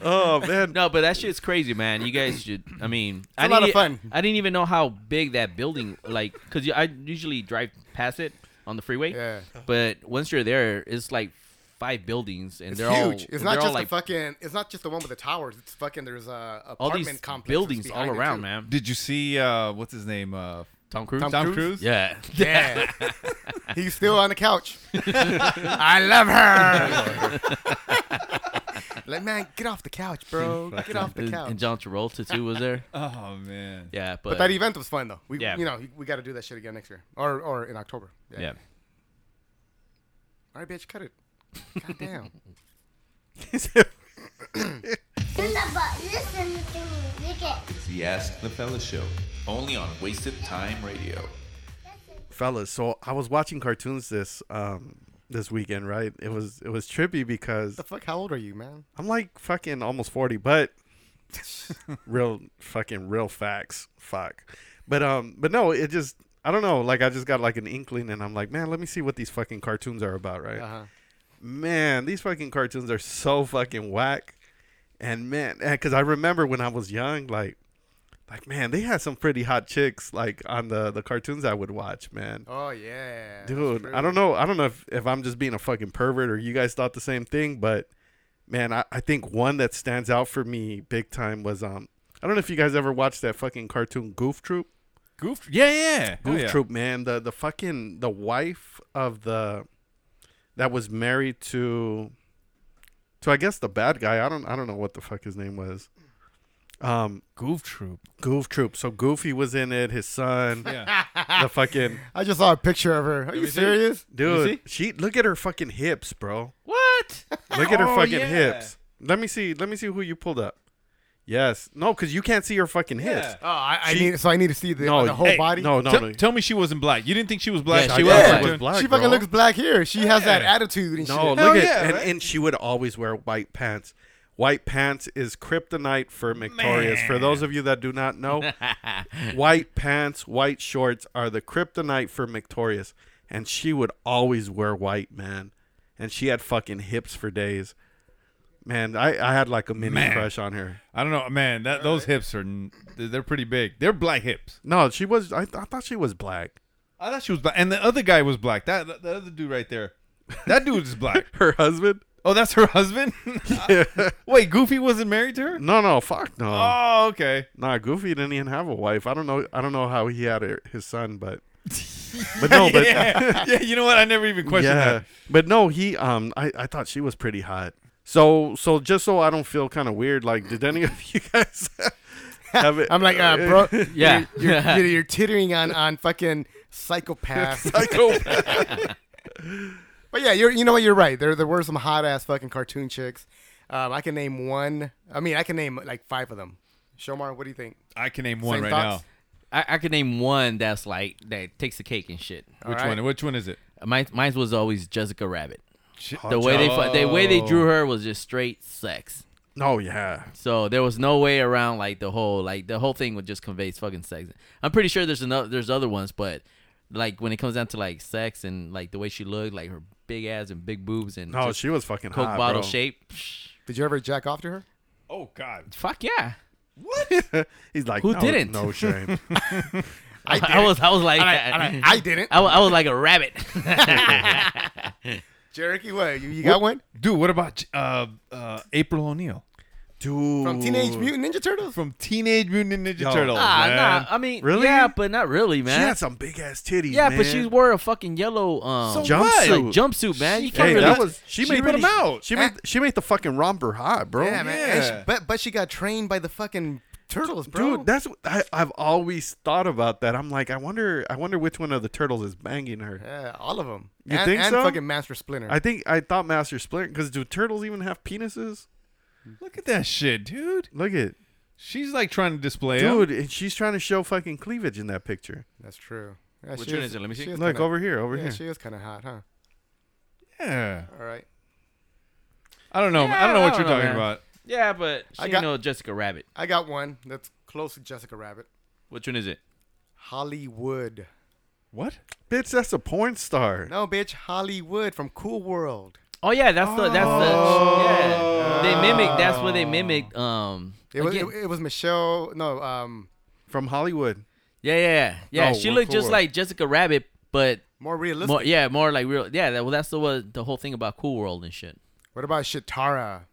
Speaker 6: Oh man,
Speaker 5: No, but that shit's crazy, man. You guys should. I mean, it's I
Speaker 7: a lot
Speaker 5: didn't- e-
Speaker 7: of fun.
Speaker 5: I didn't even know how big that building, like, because I usually drive past it on the freeway.
Speaker 7: Yeah.
Speaker 5: But once you're there, it's like five buildings, and
Speaker 7: It's
Speaker 5: they're all
Speaker 7: huge. it's
Speaker 5: they're
Speaker 7: not
Speaker 5: all
Speaker 7: just
Speaker 5: like
Speaker 7: the fucking. It's not just the one with the towers. It's fucking. There's a apartment
Speaker 5: all these
Speaker 7: complexes
Speaker 5: buildings all
Speaker 7: behind it,
Speaker 5: around,
Speaker 7: too.
Speaker 5: man.
Speaker 8: Did you see uh, what's his name? Uh,
Speaker 5: Tom Cruise.
Speaker 8: Tom, Cruise?
Speaker 5: Yeah.
Speaker 7: Yeah. He's still on the couch. I love her. like, man, get off the couch, bro. Get off the
Speaker 5: And-
Speaker 7: couch.
Speaker 5: And John Travolta too was there.
Speaker 8: Oh man.
Speaker 5: Yeah, but,
Speaker 7: but that e- event was fun, though. We,
Speaker 5: Yeah.
Speaker 7: You know, we got to do that shit again next year or, or in October. Yeah.
Speaker 5: yeah.
Speaker 7: All right, bitch, cut it. God damn.
Speaker 9: listen to me. Look at
Speaker 1: It's the Ask the Fella Show, only on Wasted Time Radio.
Speaker 6: fellas so i was watching cartoons this um this weekend right it was it was trippy because
Speaker 7: the fuck, how old are you, man?
Speaker 6: i'm like fucking almost 40 but real fucking real facts fuck but um but no it just i don't know like i just got like an inkling and i'm like man let me see what these fucking cartoons are about right
Speaker 7: Uh-huh.
Speaker 6: man these fucking cartoons are so fucking whack and man because i remember when i was young like like man they had some pretty hot chicks like on the the cartoons i would watch man
Speaker 7: Oh, yeah. that's
Speaker 6: dude
Speaker 7: true.
Speaker 6: i don't know i don't know if, if i'm just being a fucking pervert or you guys thought the same thing but man I, I think one that stands out for me big time was um i don't know if you guys ever watched that fucking cartoon goof troop
Speaker 8: Goof. Yeah, yeah.
Speaker 6: goof
Speaker 8: oh, yeah.
Speaker 6: troop man the the fucking the wife of the that was married to to i guess the bad guy i don't i don't know what the fuck his name was um
Speaker 8: Goof Troop.
Speaker 6: goof troop so goofy was in it his son
Speaker 8: Yeah.
Speaker 6: the fucking
Speaker 7: I just saw a picture of her. Are you serious?
Speaker 6: dude she look at her fucking hips bro
Speaker 5: What?
Speaker 6: Look at her
Speaker 8: Oh,
Speaker 6: fucking
Speaker 8: yeah.
Speaker 6: hips. Let me see. Let me see who you pulled up. Yes. No, because you can't see her fucking hips.
Speaker 7: Oh, I, I
Speaker 6: She-
Speaker 7: need. So I need to see the,
Speaker 6: No,
Speaker 7: the whole
Speaker 6: hey,
Speaker 7: body.
Speaker 6: No, no,
Speaker 8: Tell-
Speaker 6: no.
Speaker 8: Tell me she wasn't black. You didn't think she was black?
Speaker 5: Yeah,
Speaker 6: I
Speaker 5: she
Speaker 6: thought
Speaker 5: was
Speaker 6: she was
Speaker 5: black.
Speaker 6: black.
Speaker 7: she fucking
Speaker 6: bro.
Speaker 7: looks black here. She has that
Speaker 8: Yeah.
Speaker 7: attitude and
Speaker 6: No,
Speaker 7: shit.
Speaker 8: Hell
Speaker 6: look at
Speaker 8: yeah,
Speaker 6: and,
Speaker 8: right?
Speaker 6: and she would always wear white pants. White pants is kryptonite for Victorious. For those of you that do not know, white pants, white shorts are the kryptonite for Victorious, and she would always wear white, man. And she had fucking hips for days. Man, I, I had like a mini
Speaker 8: Man.
Speaker 6: crush on her.
Speaker 8: I don't know, man. That those hips are n- they're pretty big. They're black hips.
Speaker 6: No, she was. I, I thought she was black.
Speaker 8: I thought she was black, and the other guy was black. That the, other dude right there. That dude is black.
Speaker 6: her husband?
Speaker 8: Oh, that's her husband. Wait, Goofy wasn't married to her.
Speaker 6: No, no, fuck no.
Speaker 8: Oh, okay.
Speaker 6: nah, Goofy didn't even have a wife. I don't know. I don't know how he had her, his son, but but no, but yeah,
Speaker 8: yeah, yeah. You know what? I never even questioned that.
Speaker 6: but no, he um, I I thought she was pretty hot. So so just so I don't feel kind of weird, like did any of you guys have it?
Speaker 7: I'm like, uh, bro,
Speaker 5: Yeah.
Speaker 7: you're, you're, you're, you're teetering on on fucking psychopath. but yeah, you're you know what? You're right. There there were some hot ass fucking cartoon chicks. Um, I can name one. I mean, I can name like five of them. Shomar, what do you think?
Speaker 8: I can name one
Speaker 7: Same
Speaker 8: right
Speaker 7: thoughts?
Speaker 5: I, I could name one that's like that takes the cake and shit.
Speaker 8: now. Which
Speaker 7: All right.
Speaker 8: one? Which one is it?
Speaker 5: Mine, mine was always Jessica Rabbit.
Speaker 8: Ch-
Speaker 5: The way they fu- the way they
Speaker 6: Oh.
Speaker 5: drew her was just straight sex.
Speaker 6: No, Oh, yeah.
Speaker 5: So there was no way around like the whole like the whole thing would just conveys fucking sex. I'm pretty sure there's another there's other ones, but like when it comes down to like sex and like the way she looked, like her big ass and big boobs and
Speaker 6: No,
Speaker 5: just
Speaker 6: Oh, she was fucking
Speaker 5: coke
Speaker 6: hot,
Speaker 5: bottle
Speaker 6: bro.
Speaker 5: shape. psh,
Speaker 7: Did you ever jack off to her?
Speaker 8: Oh God!
Speaker 5: Fuck yeah,
Speaker 6: He's like,
Speaker 5: Who
Speaker 6: no,
Speaker 5: didn't?
Speaker 6: No shame.
Speaker 5: I, I was I was like
Speaker 7: I, I didn't.
Speaker 5: I wa- I was like a rabbit.
Speaker 7: Jericho, what? You, you got one
Speaker 8: Dude, what about uh, uh, April O'Neil
Speaker 6: Dude.
Speaker 7: from Teenage Mutant Ninja Turtles?
Speaker 8: from Teenage Mutant Ninja
Speaker 6: Yo.
Speaker 8: Turtles?
Speaker 5: Ah,
Speaker 8: man.
Speaker 5: nah, I mean,
Speaker 6: Oh, Really?
Speaker 5: yeah, but not really,
Speaker 6: She
Speaker 5: man.
Speaker 6: had some big ass titties.
Speaker 5: yeah,
Speaker 6: man.
Speaker 5: but she wore a fucking yellow um,
Speaker 8: So
Speaker 5: like,
Speaker 6: Jumpsuit.
Speaker 5: jumpsuit, man. you can't
Speaker 6: Hey,
Speaker 5: really.
Speaker 6: that was she,
Speaker 8: she
Speaker 6: made
Speaker 8: put
Speaker 6: really-
Speaker 8: 'em out.
Speaker 6: She made she made the fucking romper hot, bro.
Speaker 7: Yeah, man. And she-
Speaker 8: Yeah.
Speaker 7: but but she got trained by the fucking turtles, bro.
Speaker 6: Dude, that's what I, I've always thought about that. I'm like, I wonder, I wonder which one of the turtles is banging her.
Speaker 7: yeah, all of them.
Speaker 6: You
Speaker 7: and,
Speaker 6: think
Speaker 7: and
Speaker 6: so?
Speaker 7: fucking Master Splinter.
Speaker 6: I think I thought Master Splinter because do turtles even have penises?
Speaker 8: Look at that shit, dude.
Speaker 6: Look at
Speaker 8: She's like trying to display
Speaker 6: dude, and she's trying to show fucking cleavage in that picture.
Speaker 7: That's true. Yeah,
Speaker 5: Which
Speaker 7: she
Speaker 5: one is it? Let me
Speaker 7: she
Speaker 5: see.
Speaker 6: Look
Speaker 7: kinda-
Speaker 6: over here, over
Speaker 7: yeah,
Speaker 6: here.
Speaker 7: she is kind of hot, huh?
Speaker 8: Yeah.
Speaker 7: All right.
Speaker 8: I don't know. I don't
Speaker 5: Yeah,
Speaker 8: know what
Speaker 5: I
Speaker 8: you're
Speaker 5: don't know,
Speaker 8: talking
Speaker 5: man.
Speaker 8: about.
Speaker 5: yeah, but she
Speaker 7: I
Speaker 5: I
Speaker 7: got-
Speaker 5: got, know Jessica Rabbit.
Speaker 7: I got one that's close to Jessica Rabbit.
Speaker 5: Which one is it?
Speaker 7: Hollywood.
Speaker 8: What?
Speaker 6: Bitch, that's a porn star.
Speaker 7: No, bitch, Hollywood from Cool World.
Speaker 5: Oh yeah, that's the that's the yeah. They mimic. That's what they mimicked. Um,
Speaker 7: It was, it,
Speaker 5: again.
Speaker 7: it was Michelle. No, um,
Speaker 6: From Hollywood.
Speaker 5: yeah, yeah, yeah.
Speaker 6: No,
Speaker 5: she
Speaker 6: of
Speaker 5: looked just
Speaker 6: course.
Speaker 5: like Jessica Rabbit, but
Speaker 7: more realistic.
Speaker 5: more yeah, more like real. Yeah, that, well, that's the what the whole thing about Cool World and shit.
Speaker 7: What about Shatara?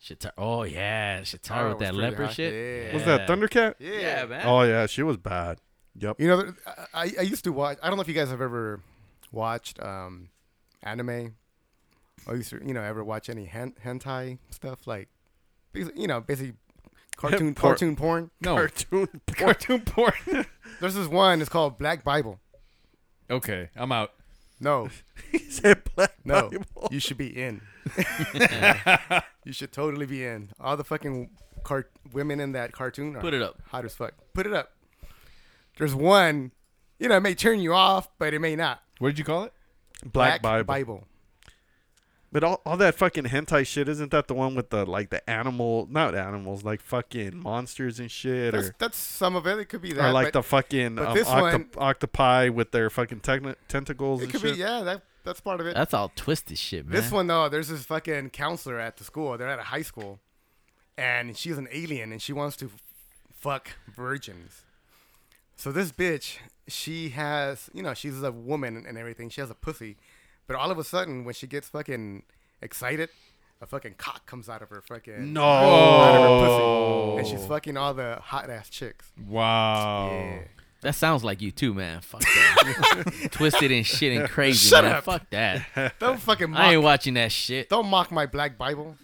Speaker 5: Shita- oh yeah, Shatara
Speaker 7: Tara
Speaker 5: with
Speaker 7: was
Speaker 5: that
Speaker 7: pretty
Speaker 5: leopard
Speaker 7: hot.
Speaker 5: shit.
Speaker 7: Yeah.
Speaker 6: Was that Thundercat?
Speaker 5: Yeah, man.
Speaker 6: Oh yeah, she was bad. Yep.
Speaker 7: You know, there- I, I- I used to watch. I don't know if you guys have ever watched um, anime, or used to, you know, ever watch any hen- hentai stuff like, basi- you know, basically
Speaker 6: Porn.
Speaker 7: cartoon cartoon porn.
Speaker 8: No.
Speaker 6: Cartoon.
Speaker 8: Cartoon porn.
Speaker 7: There's this one. It's called Black Bible.
Speaker 8: okay, I'm out.
Speaker 7: No,
Speaker 6: he said black
Speaker 7: no,
Speaker 6: Bible.
Speaker 7: you should be in. you should totally be in. All the fucking cart- women in that cartoon are
Speaker 5: Put it up.
Speaker 7: hot as fuck. Put it up. There's one. You know, it may turn you off, but it may not.
Speaker 8: What did you call it?
Speaker 6: Black, Bible.
Speaker 7: Bible.
Speaker 6: But all, all that fucking hentai shit, isn't that the one with the like the animal not animals, like fucking monsters and shit
Speaker 7: That's,
Speaker 6: or
Speaker 7: that's some of it. It could be that.
Speaker 6: or like
Speaker 7: but
Speaker 6: the fucking
Speaker 7: but
Speaker 6: um,
Speaker 7: this
Speaker 6: octo- octopi with their fucking techni- tentacles
Speaker 7: It
Speaker 6: and
Speaker 7: could
Speaker 6: shit.
Speaker 7: be. Yeah, that that's part of it.
Speaker 5: That's all twisted shit, man.
Speaker 7: this one though, there's this fucking counselor at the school. They're at a high school, and she's an alien, and she wants to f- fuck virgins. So this bitch, she has, you know, she's a woman and everything. She has a pussy, but all of a sudden, when she gets fucking excited, a fucking cock comes out of her fucking out of her pussy, and she's fucking all the hot ass chicks.
Speaker 8: Wow.
Speaker 7: Yeah.
Speaker 5: That sounds like you too, man. Fuck that. Twisted and shit and crazy. Shut man.
Speaker 7: up.
Speaker 5: Fuck that.
Speaker 7: Don't fucking
Speaker 5: I ain't
Speaker 7: mock.
Speaker 5: watching that shit.
Speaker 7: Don't mock my black Bible.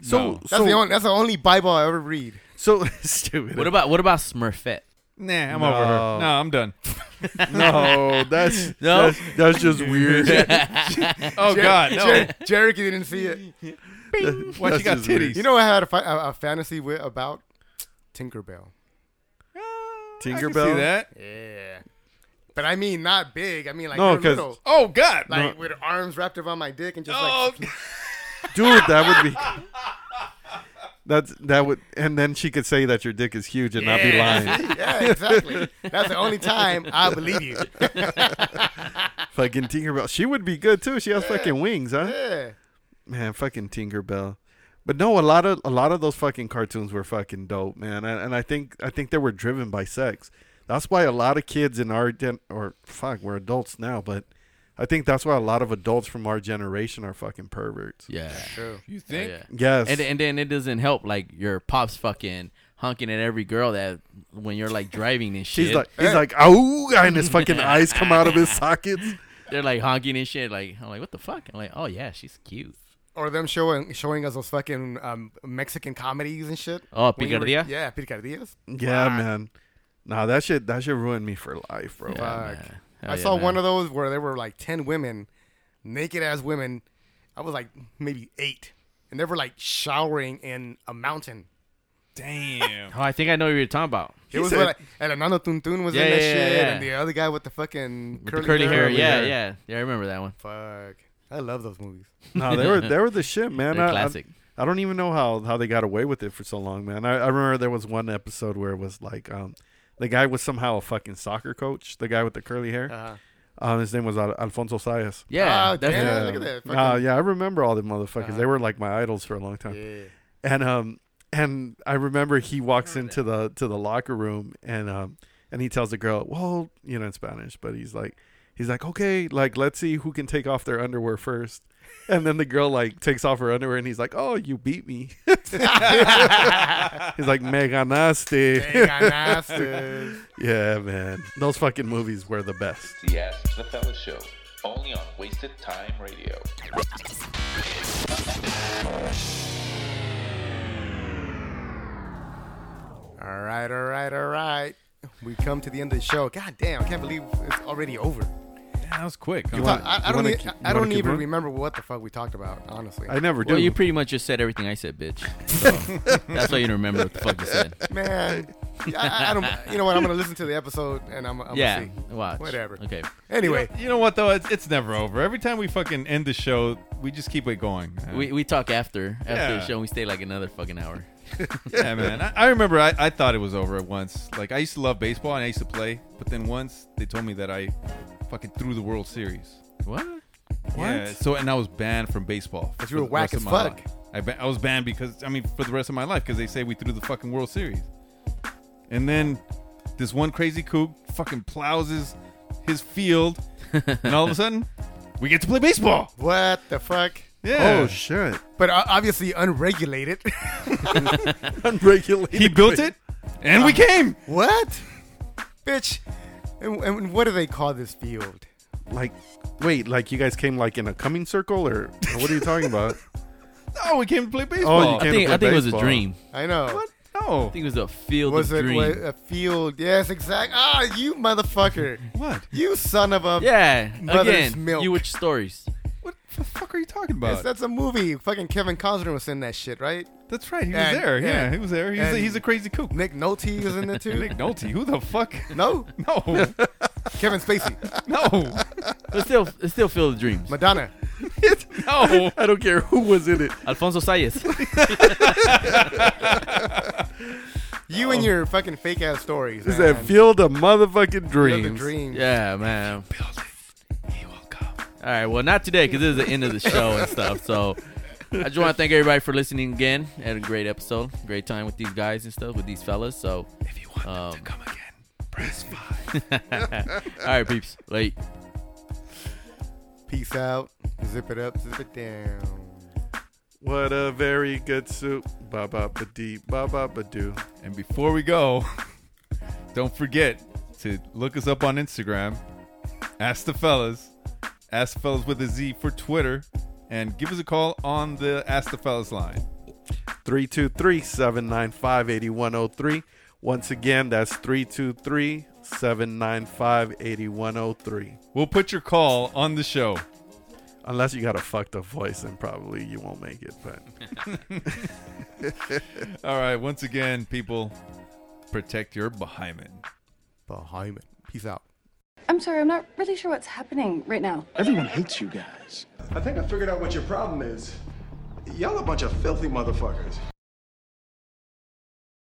Speaker 6: So
Speaker 8: No.
Speaker 7: That's
Speaker 6: so
Speaker 7: the only. That's the only Bible I ever read.
Speaker 6: so stupid.
Speaker 5: What about what about Smurfette?
Speaker 8: Nah, I'm over her.
Speaker 6: No.
Speaker 8: No, I'm done.
Speaker 6: no, that's
Speaker 5: No.
Speaker 6: that's, that's just weird.
Speaker 8: Oh God, no.
Speaker 7: Jer- Jericho didn't see it.
Speaker 8: Why she
Speaker 6: That's
Speaker 8: got
Speaker 6: just weird.
Speaker 8: titties?
Speaker 7: You know, what I had a, fi- a, a fantasy with about Tinkerbell.
Speaker 8: I
Speaker 6: Tinkerbell?
Speaker 8: can see that.
Speaker 7: Yeah, but I mean not big. I mean like
Speaker 6: No,
Speaker 7: her
Speaker 6: 'cause-
Speaker 7: little,
Speaker 8: Oh God.
Speaker 7: like with her arms wrapped around my dick and just
Speaker 8: Oh,
Speaker 7: like
Speaker 6: Dude, that would be That's that would and then she could say that your dick is huge and not be lying.
Speaker 7: yeah, exactly. That's the only time I believe you.
Speaker 6: fucking Tinkerbell. She would be good too. She has fucking wings, huh?
Speaker 7: yeah,
Speaker 6: man fucking tinkerbell but no a lot of a lot of those fucking cartoons were fucking dope man and, and i think i think they were driven by sex that's why a lot of kids in our gen or fuck we're adults now but i think that's why a lot of adults from our generation are fucking perverts
Speaker 5: Yeah.
Speaker 7: true.
Speaker 8: you think?
Speaker 5: Yeah.
Speaker 6: yes
Speaker 5: And and then it doesn't help like your pops fucking honking at every girl that when you're like driving and shit.
Speaker 6: He's like, he's like, oh, and his fucking eyes come out of his sockets.
Speaker 5: they're like honking and shit. Like I'm like, what the fuck? I'm like, oh yeah, she's cute.
Speaker 7: or them showing showing us those fucking um, Mexican comedies and shit.
Speaker 5: Oh,
Speaker 7: When you were-
Speaker 5: Picardia?
Speaker 7: Yeah, picardias.
Speaker 6: Yeah, man. Nah, that shit that shit ruined me for life, bro.
Speaker 7: Fuck.
Speaker 5: Hell
Speaker 7: I
Speaker 5: yeah,
Speaker 7: saw
Speaker 5: man.
Speaker 7: one of those where there were like 10 women, naked as women. I was like maybe eight. And they were like showering in a mountain.
Speaker 8: Damn.
Speaker 5: Oh, I think I know what you're talking about.
Speaker 7: It was
Speaker 6: said-
Speaker 7: like, and Anando Tuntun was
Speaker 5: Yeah,
Speaker 7: in that
Speaker 5: yeah,
Speaker 7: shit.
Speaker 5: yeah.
Speaker 7: And the other guy with the fucking
Speaker 5: With the curly hair.
Speaker 7: curly
Speaker 5: yeah,
Speaker 7: hair.
Speaker 5: yeah. Yeah, I remember that one.
Speaker 7: Fuck. I love those movies.
Speaker 6: No, they were they were the shit, man.
Speaker 5: They're
Speaker 6: I, I-
Speaker 5: classic.
Speaker 6: I, don't even know how how they got away with it for so long, man. I, I remember there was one episode where it was like um the guy was somehow a fucking soccer coach, the guy with the curly hair.
Speaker 7: Uh-huh.
Speaker 6: Um, his name was Al- Alfonso Sayas.
Speaker 5: Yeah.
Speaker 7: Ah,
Speaker 5: that's
Speaker 7: damn.
Speaker 5: yeah.
Speaker 7: look at that,
Speaker 6: Nah,
Speaker 7: fucking- Uh-huh.
Speaker 6: yeah, I remember all the motherfuckers. They were like my idols for a long time.
Speaker 7: Yeah.
Speaker 6: and um and I remember he walks into the to the locker room and um and he tells the girl, well, you know, in Spanish, but he's like, he's like, okay, like let's see who can take off their underwear first. And then the girl like takes off her underwear and he's like, oh, you beat me. he's like, me
Speaker 5: Oh,
Speaker 6: ganaste.
Speaker 7: Ganastas.
Speaker 6: Yeah, man, those fucking movies were the best.
Speaker 1: The Ask the Fella Show, only on Wasted Time Radio.
Speaker 7: all right, all right, all right. We come to the end of the show. God damn, I can't believe it's already over.
Speaker 8: That was quick. huh?
Speaker 6: want-
Speaker 7: I, I
Speaker 6: you
Speaker 7: don't,
Speaker 6: wanna
Speaker 7: e-
Speaker 6: keep- you
Speaker 7: I don't
Speaker 6: wanna keep
Speaker 7: even
Speaker 6: going?
Speaker 7: remember what the fuck we talked about, honestly.
Speaker 6: I never do.
Speaker 5: Well, you pretty much just said everything I said, bitch. So, that's why you don't remember what the fuck you said.
Speaker 7: Man, I, I- I don't. You know what? I'm gonna listen to the episode and I'm, I'm
Speaker 5: yeah.
Speaker 7: gonna see.
Speaker 5: Watch.
Speaker 7: Whatever.
Speaker 5: Okay.
Speaker 7: Anyway,
Speaker 8: You know what though? It's, it's never over. Every time we fucking end the show, we just keep it going. man.
Speaker 5: We, we talk after after the
Speaker 8: Yeah.
Speaker 5: show. and We stay like another fucking hour.
Speaker 8: yeah, man. I, I remember I, I thought it was over at once. Like I used to love baseball and I used to play, but then once they told me that I fucking threw the World Series.
Speaker 5: What?
Speaker 8: Yeah, so and I was banned from baseball.
Speaker 7: But you were
Speaker 8: for the
Speaker 7: whack
Speaker 8: rest of
Speaker 7: as
Speaker 8: my
Speaker 7: fuck.
Speaker 8: life. I, ba- I was banned because I mean for the rest of my life because they say we threw the fucking World Series. And then this one crazy kook fucking plows his, his field, and all of a sudden we get to play baseball.
Speaker 7: what the fuck?
Speaker 8: Yeah.
Speaker 6: Oh shit!
Speaker 7: But uh, obviously unregulated.
Speaker 6: Unregulated.
Speaker 8: he built it, and we came.
Speaker 7: what? Bitch. And, and what do they call this field?
Speaker 6: Like, wait, like you guys came like in a coming circle, or, or what are you talking about?
Speaker 8: Oh, we came to play baseball.
Speaker 6: you
Speaker 5: I
Speaker 6: Can't
Speaker 5: think
Speaker 6: play
Speaker 5: I think it was a
Speaker 6: baseball.
Speaker 5: dream.
Speaker 7: I know.
Speaker 8: What?
Speaker 5: I
Speaker 8: No.
Speaker 5: think it was a field
Speaker 7: Was
Speaker 5: of
Speaker 7: it
Speaker 5: dream.
Speaker 7: what, uh, a field? Yes, exact. Ah, you motherfucker.
Speaker 8: What?
Speaker 7: You son of a.
Speaker 5: yeah.
Speaker 7: Mother's
Speaker 5: Again,
Speaker 7: milk.
Speaker 5: you with your stories.
Speaker 8: What the fuck are you talking
Speaker 7: Yes,
Speaker 8: about?
Speaker 7: that's a movie. Fucking Kevin Costner was in that shit, right?
Speaker 8: That's right. He was
Speaker 7: And-
Speaker 8: there. Yeah,
Speaker 7: and-
Speaker 8: he was there. He's, a,
Speaker 7: and-
Speaker 8: he's a crazy kook.
Speaker 7: Nick Nolte was in it too.
Speaker 8: Nick Nolte. Who the fuck?
Speaker 7: no,
Speaker 8: No.
Speaker 7: Kevin Spacey,
Speaker 8: No.
Speaker 5: But still, it's still field of dreams.
Speaker 7: Madonna.
Speaker 8: No.
Speaker 6: I don't care who was in it.
Speaker 5: Alfonso Sayas.
Speaker 7: You
Speaker 8: Oh.
Speaker 7: and your fucking fake ass stories.
Speaker 6: Is
Speaker 7: man.
Speaker 6: that field of motherfucking dreams?
Speaker 7: Field of dreams.
Speaker 5: Yeah, man. All right, well, not today because this is the end of the show and stuff. So I just want to thank everybody for listening again. Had a great episode, great time with these guys and stuff, with these fellas. So if you want to come again, press five. All right, peeps. Late.
Speaker 7: Peace out. Zip it up. Zip it down.
Speaker 6: What a very good soup. Ba ba ba dee ba ba ba doo.
Speaker 8: And before we go, don't forget to look us up on Instagram. Ask the fellas. Ask the fellas with a Z for Twitter. And give us a call on the Ask the Fellas line.
Speaker 6: 323-795-8103. Once again, that's 323-795-8103.
Speaker 8: We'll put your call on the show.
Speaker 6: Unless you got a fucked up voice, then probably you won't make it. But
Speaker 8: All right. Once again, people, protect your behymen.
Speaker 7: Behind it. Peace out.
Speaker 9: I'm sorry, I'm not really sure what's happening right now.
Speaker 10: Everyone hates you guys.
Speaker 11: I think I figured out what your problem is. Y'all a bunch of filthy motherfuckers.